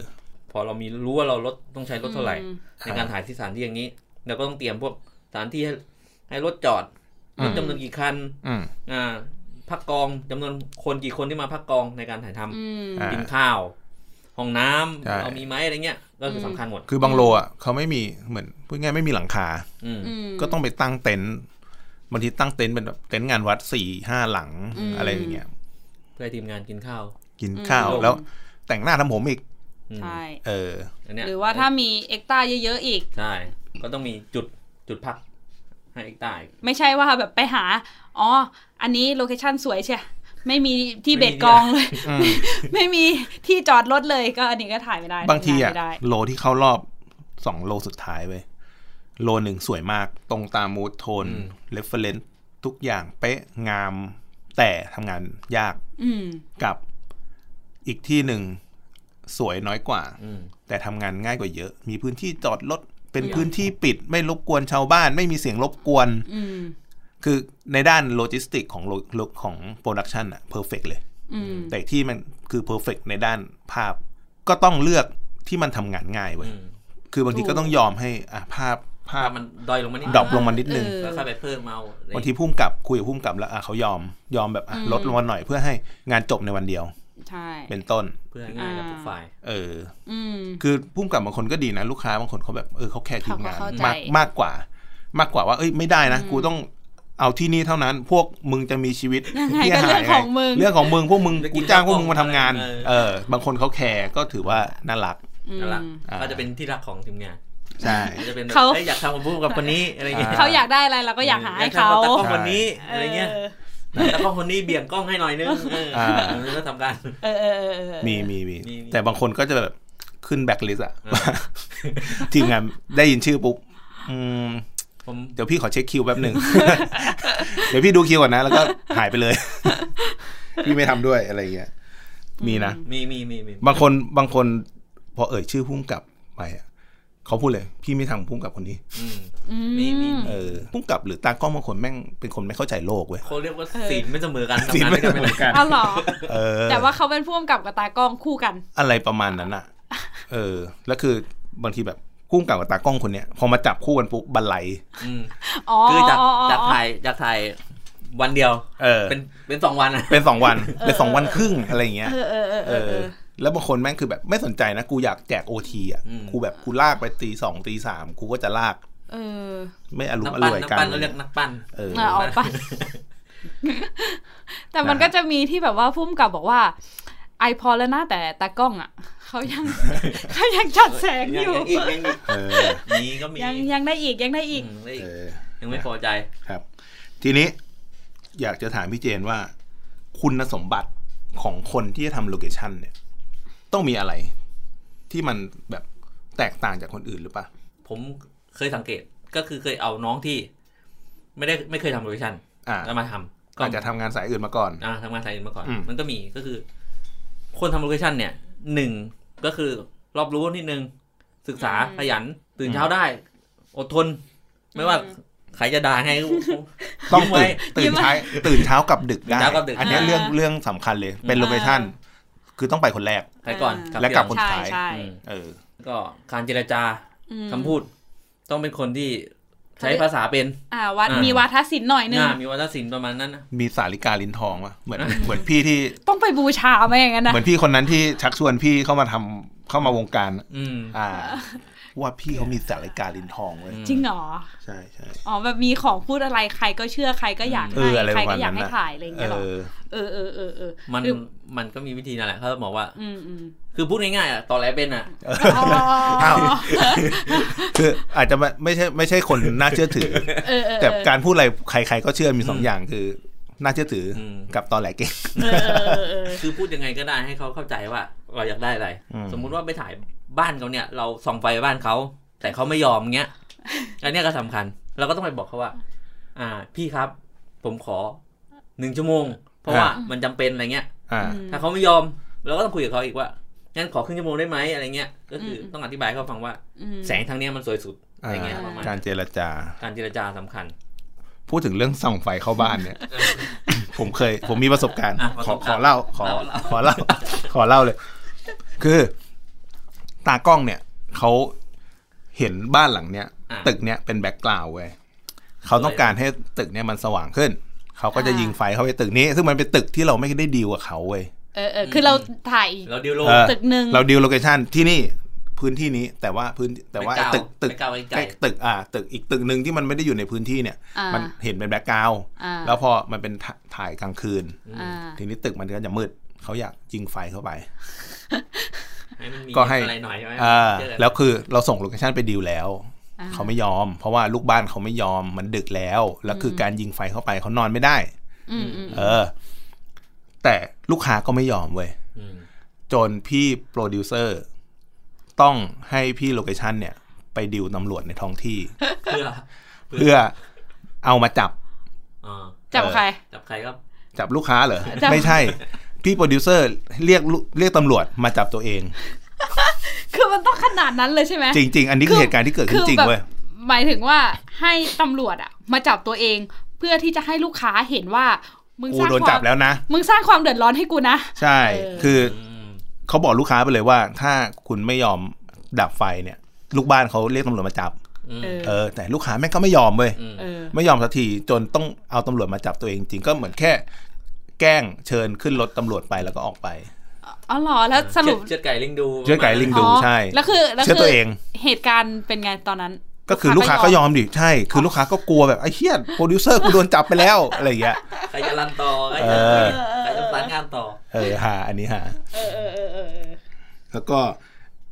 Speaker 6: พอเรามีรู้ว่าเรารถต้องใช้รถเท่าไหร่
Speaker 4: อืม
Speaker 6: ในการถ่ายที่สถานที่อย่างนี้เราก็ต้องเตรียมพวกสถานที่ให้ให้รถจอด
Speaker 3: อืม
Speaker 6: รถจำนวนกี่คัน
Speaker 3: อืม
Speaker 6: อ่าพักกองจำนวนคนกี่คนที่มาพักกองในการถ่ายทำ
Speaker 4: อืม
Speaker 3: อ่า
Speaker 6: กินข้าวห้องน้ำ
Speaker 3: ใช่
Speaker 6: เรามีไหมอะไรเงี้ยก็คือสำคัญหมด
Speaker 3: คือบางโลอ่ะเขาไม่มีเหมือนพูดง่ายๆไม่มีหลังคา
Speaker 6: อืม
Speaker 4: อืม
Speaker 3: ก็ต้องไปตั้งเต็นท์บางทีตั้งเต็นท์เป็นแบบเต็นท์งานวัดสี่ห้าหลัง
Speaker 4: อืม
Speaker 3: อะไรอย่างเงี้ย
Speaker 6: เพื่อให้ทีมงานกินข้าว
Speaker 3: กินข้าว
Speaker 6: อืม
Speaker 3: แล้วแต่งหน้าทำผมอีก
Speaker 6: อืม
Speaker 4: ใช่
Speaker 3: เออ
Speaker 6: อันเนี้ย
Speaker 4: หรือว่าถ้ามีเอ็กตร้าเยอะๆอีก
Speaker 6: ใช่ ก็ต้องมีจุดจุดพักให้อีกตาย
Speaker 4: ไม่ใช่ว่าแบบไปหา อ๋อ อันนี้โลเคชั่นสวยใช่ไม่มีที่
Speaker 6: ไม่มี
Speaker 4: เบ็ดกองเลย
Speaker 3: อืม
Speaker 4: ไม่มีที่จอดรถเลยก็อันนี้ก็ถ่ายไม่ได้
Speaker 3: บางที
Speaker 4: ทำน
Speaker 3: อ่ะ
Speaker 4: ไม่ได้
Speaker 3: โลที่เข้ารอบสองโลสุดท้ายเว้ยโลหนึ่งสวยมากตรงตามมูดโทน
Speaker 6: อืม
Speaker 3: เรฟเฟรนซ์ทุกอย่างเป๊ะงาม แต่ทำงานยาก
Speaker 4: อืม
Speaker 3: กับอีกที่หนึ่งสวยน้อยกว่า
Speaker 6: อืม
Speaker 3: แต่ทำงานง่ายกว่าเยอะ มีพื้นที่จอดรถเป็นพื้นที่ปิด ไม่รบกวนชาวบ้าน ไม่มีเสียงรบกวน
Speaker 4: อืม
Speaker 3: คือในด้านโลจิสติกของโลโลของโปรดักชันอะเพอร์เฟกเลย
Speaker 4: อืม
Speaker 3: แต่ที่มันคือเพอร์เฟกในด้านภาพ ก็ต้องเลือกที่มันทำงานง่ายเว้
Speaker 6: อื
Speaker 3: ย
Speaker 6: ม
Speaker 3: คือบางที
Speaker 4: ถูก
Speaker 3: ก็ต้องยอมให้อ่ะภาพภา
Speaker 6: ถ้า
Speaker 3: พ
Speaker 6: มันดอยลงมานิด
Speaker 3: ดรอปลงมานิดนึง
Speaker 4: เออ
Speaker 6: แล้วค่อยไปเพิ่มเอาอะไร
Speaker 3: บางทีพุ่มกับคุยกับพุ่มกับแล้วอ่ะเขายอมยอมแบบอ่ะ
Speaker 4: อืม
Speaker 3: ลดลงมาหน่อยเพื่อให้งานจบในวันเดียว
Speaker 4: ใช่
Speaker 3: เป็นต้น
Speaker 6: เพื่อให้ง่ายกับทุกฝ่าย
Speaker 3: เออ
Speaker 4: อืม
Speaker 3: คือพุ่มกับบางคนก็ดีนะ ลูกค้าบางคนเขาแบบเออเขาแคร์ทีมงาน
Speaker 4: เขาเข้าใจ
Speaker 3: มากมากกว่า มากกว่าว่าเอ้ยไม่ได้นะกูต้องเอาที่นี่เท่านั้น พวกมึงจะมีชีวิต
Speaker 4: ยังไง
Speaker 3: ที่
Speaker 4: ก็เรื่อง
Speaker 3: หา
Speaker 4: ของมึง
Speaker 3: เรื่องของมึงพวกมึง
Speaker 6: จะกิ
Speaker 3: กู
Speaker 6: น
Speaker 3: จ้างพ
Speaker 6: ข้าว
Speaker 3: วกมึงมาทำงาน
Speaker 6: เออ
Speaker 3: เออ บางคนเขาแคร์ก็ถือว่าน่ารัก
Speaker 4: อืม
Speaker 6: น่ารัก
Speaker 3: อ่า
Speaker 6: ก็จะเป็นที่รักของทีมงาน
Speaker 3: ใช่
Speaker 6: ก็จะเป็นแบบ
Speaker 4: เขา
Speaker 6: เอ้ยอยากทำกับพุ่มกับคนนี้อะไรเงี้ย
Speaker 4: เขาอยากได้อะไรเราก็อยากหาให้เขา
Speaker 6: อยกทำตะกล้องคนนี้อะไรเงี้ย
Speaker 3: เออ
Speaker 6: ตะกล้องคนนี้เบี่ยงกล้องให้หน่อยนึงเอออา แล้วทำการ
Speaker 4: เออเออเออเออ
Speaker 3: มีมีมี
Speaker 6: มีมี
Speaker 3: แต่บางคนก็จะแบบ ขึ้นแบ็คลิสอะ
Speaker 6: อ่า
Speaker 3: ทีมงานได้ยินชื่อปุ๊บอืม
Speaker 6: ผม
Speaker 3: เดี๋ยวพี่ขอเช็คคิวแป๊บหนึ่ง เดี๋ยวพี่ดูคิวก่อนนะ แล้วก็หายไปเลย พี่ไม่ทำด้วยอะไรอย่างเงี้ย มีนะ
Speaker 6: มีมีมีมี
Speaker 3: บางคนบางคนพอเอ่ยชื่อพุ่มกับไปอะเขาพูดเลย พี่ไม่ทำพุ่มกับคนนี้
Speaker 6: อืม
Speaker 4: อื
Speaker 6: มีมี
Speaker 3: เออพุ่มกับหรือตากล้องบางคนแม่งเป็นคนไม่เข้าใจโลกเว้ย
Speaker 6: เขาเรียกว่าศีลไม่เสมอกัน
Speaker 3: ศีล
Speaker 6: ทำงาน
Speaker 3: ไม่
Speaker 6: ไม่กัน
Speaker 3: เส
Speaker 6: ไม่
Speaker 3: ม
Speaker 6: ได้
Speaker 3: อกัน
Speaker 4: เอาเหรอ
Speaker 3: เออ
Speaker 4: แต่ว่าเขาเป็นพ่วงกับกับตากล้องคู่กัน
Speaker 3: อะไรประมาณนั้นอะเออ แล้วคือบางทีแบบพุ่มกับกับตากล้องคนเนี้ยพอมาจับคู่กันปุ๊บบันไล
Speaker 6: อืม
Speaker 4: อ๋อ
Speaker 6: คือจากจาก
Speaker 4: อ๋อ
Speaker 6: ถ่ายจากถ่ายวันเดียว
Speaker 3: เออ
Speaker 6: เป็นเป็นสองวันอะ
Speaker 3: เป็นสองวัน เป็นสองวันครึ่งอะไรอย่างเงี้ย
Speaker 4: เออเออเออ
Speaker 3: เอ
Speaker 4: เออ
Speaker 3: อ
Speaker 4: เออ
Speaker 3: แล้วบางคนแม่งคือแบบไม่สนใจนะ กูอยากแจกโอทีอ่ะกูแบบกูลากไปตีสองตีสามกูก็จะลาก
Speaker 4: เออ
Speaker 3: ไม่อารม
Speaker 6: นัก
Speaker 3: ณ์อ
Speaker 6: ปั้น
Speaker 3: ร่วย
Speaker 6: นัก
Speaker 3: กัน
Speaker 6: ปั้นเราเรียกนักปั้น
Speaker 3: เออ
Speaker 4: เอาไป แต่มัน
Speaker 3: นะ
Speaker 4: ก็จะมีที่แบบว่าพุ่มกับบอกว่า ไอพอแล้วนะแต่ตากล้องอ่ะเขายัง เขายังจัดแสง
Speaker 6: ยั
Speaker 4: อยู่
Speaker 6: ยังอีกยังอีก
Speaker 3: เออ
Speaker 6: มีก็มี
Speaker 4: ยังยังได้อีกยังได้อีก
Speaker 6: อืมได้อีก
Speaker 3: เออ
Speaker 6: ยังไม่พอใจ
Speaker 3: ครับ ทีนี้อยากจะถามพี่เจนว่า คุณสมบัติของคนที่จะทำโลเคชันเนี่ย ต้องมีอะไร ที่มันแบบแตกต่างจากคนอื่นหรือเปล่า
Speaker 6: ผมเคยสังเกตก็คือเคยเอาน้องที่ ไม่ได้ไม่เคยทำโลเคชั่น
Speaker 3: อ่า
Speaker 6: แล้วมาทำ
Speaker 3: ก่อนจะทำงานสายอื่นมาก่อน
Speaker 6: อ่าทำงานสายอื่นมาก่อน
Speaker 3: อืม
Speaker 6: มันก็มีก็คือ คนทำโลเคชั่นเนี่ยหนึ่งก็คือรอบรู้นิดนึง ศึกษา
Speaker 4: อืม
Speaker 6: ขยัน ตื่นเช้าได้ อดทน ไม่ว่าใครจะด่าไง
Speaker 3: ต้อง
Speaker 6: ยิ้มไว้
Speaker 3: ตื่นตื่นเช้าตื่นเช้ากับดึกได้
Speaker 6: ตื่นเช้ากับดึก
Speaker 3: อันเนี้ยเรื่องเรื่องสำคัญเลย เป็น
Speaker 4: อ่า
Speaker 3: โลเคชันคือต้องไปคนแรก
Speaker 6: ไปก่อน
Speaker 3: และกลับ
Speaker 6: เที่ย
Speaker 3: ใช่
Speaker 4: ใช่
Speaker 3: ใช่
Speaker 4: ใช่
Speaker 6: วอืม
Speaker 3: เออ
Speaker 6: ก็การเจรจา
Speaker 4: อืม
Speaker 6: คำพูด ต้องเป็นคนที่
Speaker 4: เขา
Speaker 6: ใช้
Speaker 4: เรียก
Speaker 6: ภาษาเป็น
Speaker 4: อ่าวัด
Speaker 6: อ่ามี
Speaker 4: มีวาทศิลป์หน่อยนึง
Speaker 6: อ่ามีวัฒนศิลป์ประมาณนั้นนะ
Speaker 3: มีสาริกาลิ้นทองวะเหมือนเหมือนพี่ที่
Speaker 4: ต้องไปบูชาไหมอย่างนั้นนะ
Speaker 3: เหมือนพี่คนนั้นที่ชักชวนพี่เข้ามาทำเข้ามาวงการ
Speaker 6: อืม
Speaker 3: อ่า ว่าพี่เขามีสาริกาลิ้นทองเว้ย
Speaker 6: อืม
Speaker 4: จริงเหรอ
Speaker 3: ใช่ใช่
Speaker 4: อ๋อแบบมีของพูดอะไรใครก็เชื่อใครก็อยาก
Speaker 3: เอ
Speaker 4: ให้
Speaker 3: ออะไร
Speaker 4: ใคร
Speaker 3: ประมา
Speaker 4: ก็
Speaker 3: ณ
Speaker 4: อยาก
Speaker 3: นั้น
Speaker 4: ให้
Speaker 3: น่ะ
Speaker 4: ถ่ายอะไรอย่าง
Speaker 3: เอ
Speaker 4: เงี้ยหรอ
Speaker 3: อ
Speaker 4: เออเออเออเออ
Speaker 6: มัน
Speaker 4: หรือ
Speaker 6: มันก็มีวิธีนั่นแหละเขาบอกว่า
Speaker 4: อืมอืม
Speaker 6: คือพูดง่ายๆอ่ะตอนแรกเป็นอ่ะ
Speaker 4: อ๋อ
Speaker 3: อ้าว คืออาจจะไม่ไม่ใช่ไม่ใช่คนน่าเชื่อถือ
Speaker 4: เออเออ
Speaker 3: แต่
Speaker 4: เออ
Speaker 3: การพูดอะไรใคร ๆ ก็เชื่อมีสอง
Speaker 6: อืม
Speaker 3: อย่างคือน่าเชื่อถืออ
Speaker 6: ม
Speaker 3: กับตอนแหลเก่ง
Speaker 4: เออเออเออ
Speaker 6: คือพูดยังไงก็ได้ให้เขาเข้าใจว่า เราอยากได้อะไร
Speaker 3: อืม
Speaker 6: สมมุติว่าไปถ่ายบ้านเขาเนี่ย เราส่องไฟบ้านเขาแต่เขาไม่ยอม เงี้ยอันเนี้ยก็สำคัญ เราก็ต้องไปบอกเขาว่า อ่า พี่ครับ ผมขอหนึ่งชั่วโมง เพราะว่ามันจำเป็นอะไรเงี้ย
Speaker 3: อ่า
Speaker 4: ม
Speaker 6: ถ้าเขาไม่ยอม เราก็ต้องคุยกับเขาอีกว่างั้นขอครึ่งชั่วโมงได้ไหมอะไรเงี้ยก็คืออ
Speaker 4: ม
Speaker 6: ต้องอธิบายให้เขาฟังว่า
Speaker 4: อืม
Speaker 6: แสงทางเนี้ยมันสวยสุดอะไรเงี้ย
Speaker 4: อ่า
Speaker 6: ประมาณ
Speaker 3: การเจรจา
Speaker 6: การเจรจาสำคัญ
Speaker 3: พูดถึงเรื่องส่องไฟเข้าบ้านเนี่ย ผมเคย ผมมีประสบการณ์
Speaker 6: อ่ะ
Speaker 3: ขอ
Speaker 6: ประ
Speaker 3: ข
Speaker 6: สบการณ์
Speaker 3: อเล่า ขอ
Speaker 6: เล่า
Speaker 3: ขอ
Speaker 6: เล่า
Speaker 3: เล่า ขอเล่าเลย คือ ตากล้องเนี่ย เขาเห็นบ้านหลังเนี้ย
Speaker 6: อ่ะ
Speaker 3: ตึกเนี้ยเป็นแบ็กกราวด์เว้ยเขาต้องการให้ตึกเนี้ยมันสว่างขึ้น เขาก็จะ
Speaker 4: อ่ายิ
Speaker 3: ยิงไฟเข้าไปตึกนี้ ซึ่งมันเป็นตึกที่เราไม่ได้ดีลกับเขาเว้ย
Speaker 4: เออเออคือเราถ่าย
Speaker 6: เราดิวโล
Speaker 3: เออ
Speaker 4: ตึกหนึ่ง
Speaker 3: เราดีลโลเคชันที่นี่ พื้นที่นี้ แต่ว่าพื้น แต่ว่า
Speaker 6: ไม่กล้
Speaker 3: ตึก ตึก
Speaker 6: ไม่กล้าไว้ใจ
Speaker 3: ตึก อ่า ตึก อีกตึกหนึ่งที่มันไม่ได้อยู่ในพื้นที่เนี่ย
Speaker 4: อ่า
Speaker 3: มันเห็นเป็นแบ็กกราวด์
Speaker 4: อ่า
Speaker 3: แล้วพอมันเป็นถ่าถ่ายกลางคืน
Speaker 4: อ่า
Speaker 3: ทีนี้ตึกมันก็จะมืด เขาอยากยิงไฟเข้าไป
Speaker 6: ให้มันมี
Speaker 3: ก็ให้
Speaker 6: อะไรหน่อยใช่ไหม
Speaker 3: อ่า
Speaker 6: เจอ
Speaker 3: แล้วคือเราส่งโลเคชันไปดีลแล้ว
Speaker 4: อ่า
Speaker 3: เขาไม่ยอม เพราะว่าลูกบ้านเขาไม่ยอม มันดึกแล้ว แล้วคือการยิงไฟเข้าไปเขานอนไม่ได้
Speaker 4: อืมอืม
Speaker 3: เออ แต่ลูกค้าก็ไม่ยอมเว้ย
Speaker 6: อืม
Speaker 3: จนพี่โปรดิวเซอร์ต้องให้พี่โลเคชันเนี่ย ไปดิวตำรวจในท้องที่
Speaker 6: เพื่อ
Speaker 3: เพื่อเอามาจับ
Speaker 6: อ่า
Speaker 4: จับใคร
Speaker 6: จับใครครับ
Speaker 3: จับลูกค้าเหรอ
Speaker 4: จับ
Speaker 3: ไม่ใช่ พี่โปรดิวเซอร์เรียกลูกเรียกตำรวจมาจับตัวเอง
Speaker 4: คือมันต้องขนาดนั้นเลยใช่ไหม
Speaker 3: จริง ๆ อันนี้คือเหตุการณ์ที่เกิดขึ้นจริง
Speaker 4: แบบ
Speaker 3: เว้ย
Speaker 4: หมายถึงว่าให้ตำรวจอะมาจับตัวเอง เพื่อที่จะให้ลูกค้าเห็นว่า มึง
Speaker 3: กู
Speaker 4: สร้าง
Speaker 3: โดน
Speaker 4: ค
Speaker 3: จั
Speaker 4: วา
Speaker 3: บ
Speaker 4: ม
Speaker 3: แล้วนะ
Speaker 4: มึงสร้างความเดือดร้อนให้กูนะ
Speaker 3: ใช่
Speaker 4: เออ
Speaker 3: คือ
Speaker 6: อืม
Speaker 3: เขาบอกลูกค้าไปเลยว่า ถ้าคุณไม่ยอมดับไฟเนี่ย ลูกบ้านเขาเรียกตำรวจมาจับ
Speaker 6: อืม
Speaker 4: เออ
Speaker 3: เออ แต่ลูกค้าแม่งก็ไม่ยอมเว้ย
Speaker 6: อืม
Speaker 4: เออ
Speaker 3: ไม่ยอมสักทีจนต้องเอาตำรวจมาจับตัวเองจริงก็เหมือนแค่ แกล้งเชิญขึ้นรถตำรวจไปแล้วก็ออกไป
Speaker 4: อ๋อเหรอแล้วสรุป
Speaker 6: เชือดไก่ลิงดู
Speaker 3: เชือดไก่ลิง ดู
Speaker 4: อ๋อ
Speaker 3: ใช่
Speaker 4: แล้วคือแล้ว
Speaker 3: เชื่อ
Speaker 4: คื
Speaker 3: ตัวเอง
Speaker 4: เหตุการณ์เป็นไงตอนนั้น
Speaker 3: ก็คือลูกค้าก็ยอมดิ ใช่ คือลูกค้าก็กลัวแบบไอ้เหี้ยโปรดิวเซอร์กูโดนจับไปแล้วอะไรอย่างเงี้ย
Speaker 6: ใครจะรันต่อใคร
Speaker 3: เอ
Speaker 6: จะ
Speaker 3: อ
Speaker 6: ใครจะรันงานต่อ
Speaker 3: เออหาอันนี้หา
Speaker 4: เออเออเออเออเออ
Speaker 3: แล้วก็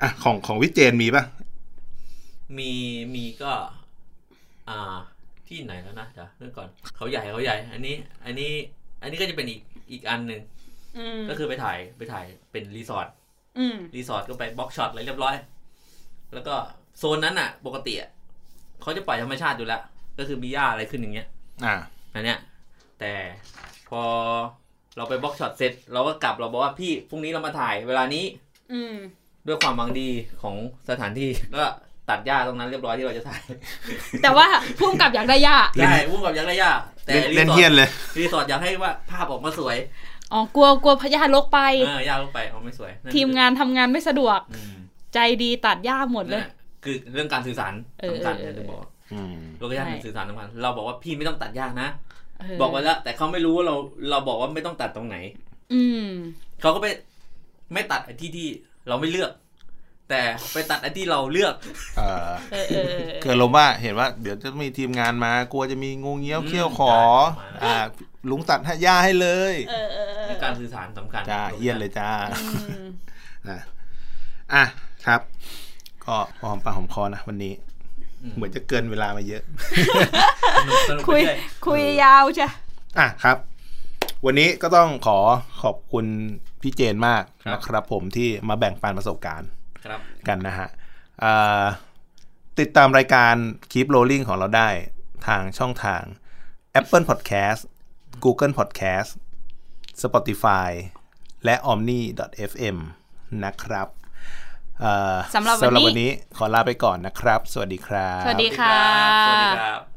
Speaker 3: อ่ะของของวิเจนมีป่ะ
Speaker 6: มีมีก็ อ่า ที่ไหนแล้วนะเดี๋ยวเรื่องก่อนเขาใหญ่เขาใหญ่ อันนี้ อันนี้ อันนี้ก็จะเป็นอีกอีกอันหนึ่ง
Speaker 4: อืม
Speaker 6: ก็คือไปถ่ายไปถ่ายเป็นรีสอร์ท
Speaker 4: อืม
Speaker 6: รีสอร์ทก็ไปบล็อกช็อตอะไรเรียบร้อย แล้วก็โซนนั้นอ่ะ ปกติอ่ะเขาจะปล่อยธรรมชาติอยู่แล้ว ก็คือมีหญ้าอะไรขึ้นอย่างเงี้ย
Speaker 3: อ่า
Speaker 6: อันเนี้ย แต่พอเราไปบล็อกช็อตเสร็จ เราก็กลับเราบอกว่าพี่พรุ่งนี้เรามาถ่าย เวลานี้
Speaker 7: อืม
Speaker 6: ด้วยความหวังดีของสถานที่ ก็ตัดหญ้าตรงนั้นเรียบร้อยที่เราจะถ่าย
Speaker 4: แต่ว่าพุ่มกับอยากได้ย่า
Speaker 6: ใช่พุ่งกับอยักได้หญ้าแต่
Speaker 3: เล่นเล่
Speaker 6: รี
Speaker 3: น
Speaker 6: สอ
Speaker 3: เฮี้ย
Speaker 6: ร์
Speaker 3: น
Speaker 6: ท
Speaker 3: เลย
Speaker 6: รีสอร์ทอยากให้ว่าภาพออกมาสวย
Speaker 4: อ๋อกลัวกลัวพญาลกไป
Speaker 6: เออหญ้าลงไปออกไม่สวยนั่นคือ
Speaker 4: ทีมงานทำงานไม่สะดวก
Speaker 6: อืม
Speaker 4: ใจดีตัดย่าหมดเล
Speaker 6: นั่น
Speaker 4: ย
Speaker 6: แหละคือเรื่องการสื่อสาร
Speaker 4: เออ
Speaker 6: สำคัญ
Speaker 4: เออ
Speaker 6: จะบอก
Speaker 3: อืม
Speaker 6: โลเคชั่น
Speaker 4: ใช่
Speaker 6: เป็นสื่อสารสำคัญเราบอกว่าพี่ไม่ต้องตัดยากนะ
Speaker 4: เ
Speaker 6: บอกไว้แล้ว แต่เขาไม่รู้ว่าเราเราบอกว่าไม่ต้องตัดตรงไหน
Speaker 4: อืม
Speaker 6: เขาก็ไปไม่ตัดไอ้ที่ที่เราไม่เลือก แต่ไปตัดไอ้ที่เราเลือก
Speaker 3: เออ
Speaker 4: เออเออเออ
Speaker 3: คือลมณ์ว่าเห็นว่า เดี๋ยวจะมีทีมงานมากลัวจะมีงูเงี้ยวเขี้ยวขอ
Speaker 6: อืม
Speaker 3: อ่า ลุงตัดให้ย่าให้เลย
Speaker 4: เออเออเออ
Speaker 6: เรื่องการสื่อสารสำคัญ
Speaker 3: จ้าเฮี้ยนเลยจ้า
Speaker 4: อืม
Speaker 3: นะอ่ะครับ ก็พอหอมปากหอมคอนะวันนี้ เหมือนจะเกินเวลามาเยอะ
Speaker 6: สนุกสนุกไป
Speaker 4: คุย
Speaker 6: เรื่อย
Speaker 4: คุยยาวใช่
Speaker 3: อ่ะครับ วันนี้ก็ต้องขอขอบคุณพี่เจนมากนะครับผมที่มาแบ่งปันประสบการณ์
Speaker 6: ครับ
Speaker 3: กันนะฮะเอ่อติดตามรายการค e ปโรลลิ n งของเราได้ทางช่องทาง Apple Podcast Google Podcast Spotify และ omni.fm นะครับเอ่อ
Speaker 4: สำหรับวันนี้
Speaker 3: วันนี้ขอลาไปก่อนนะครับ สวัสดีครับ
Speaker 4: สวัสดีค่ะ
Speaker 6: สวัสดีครับ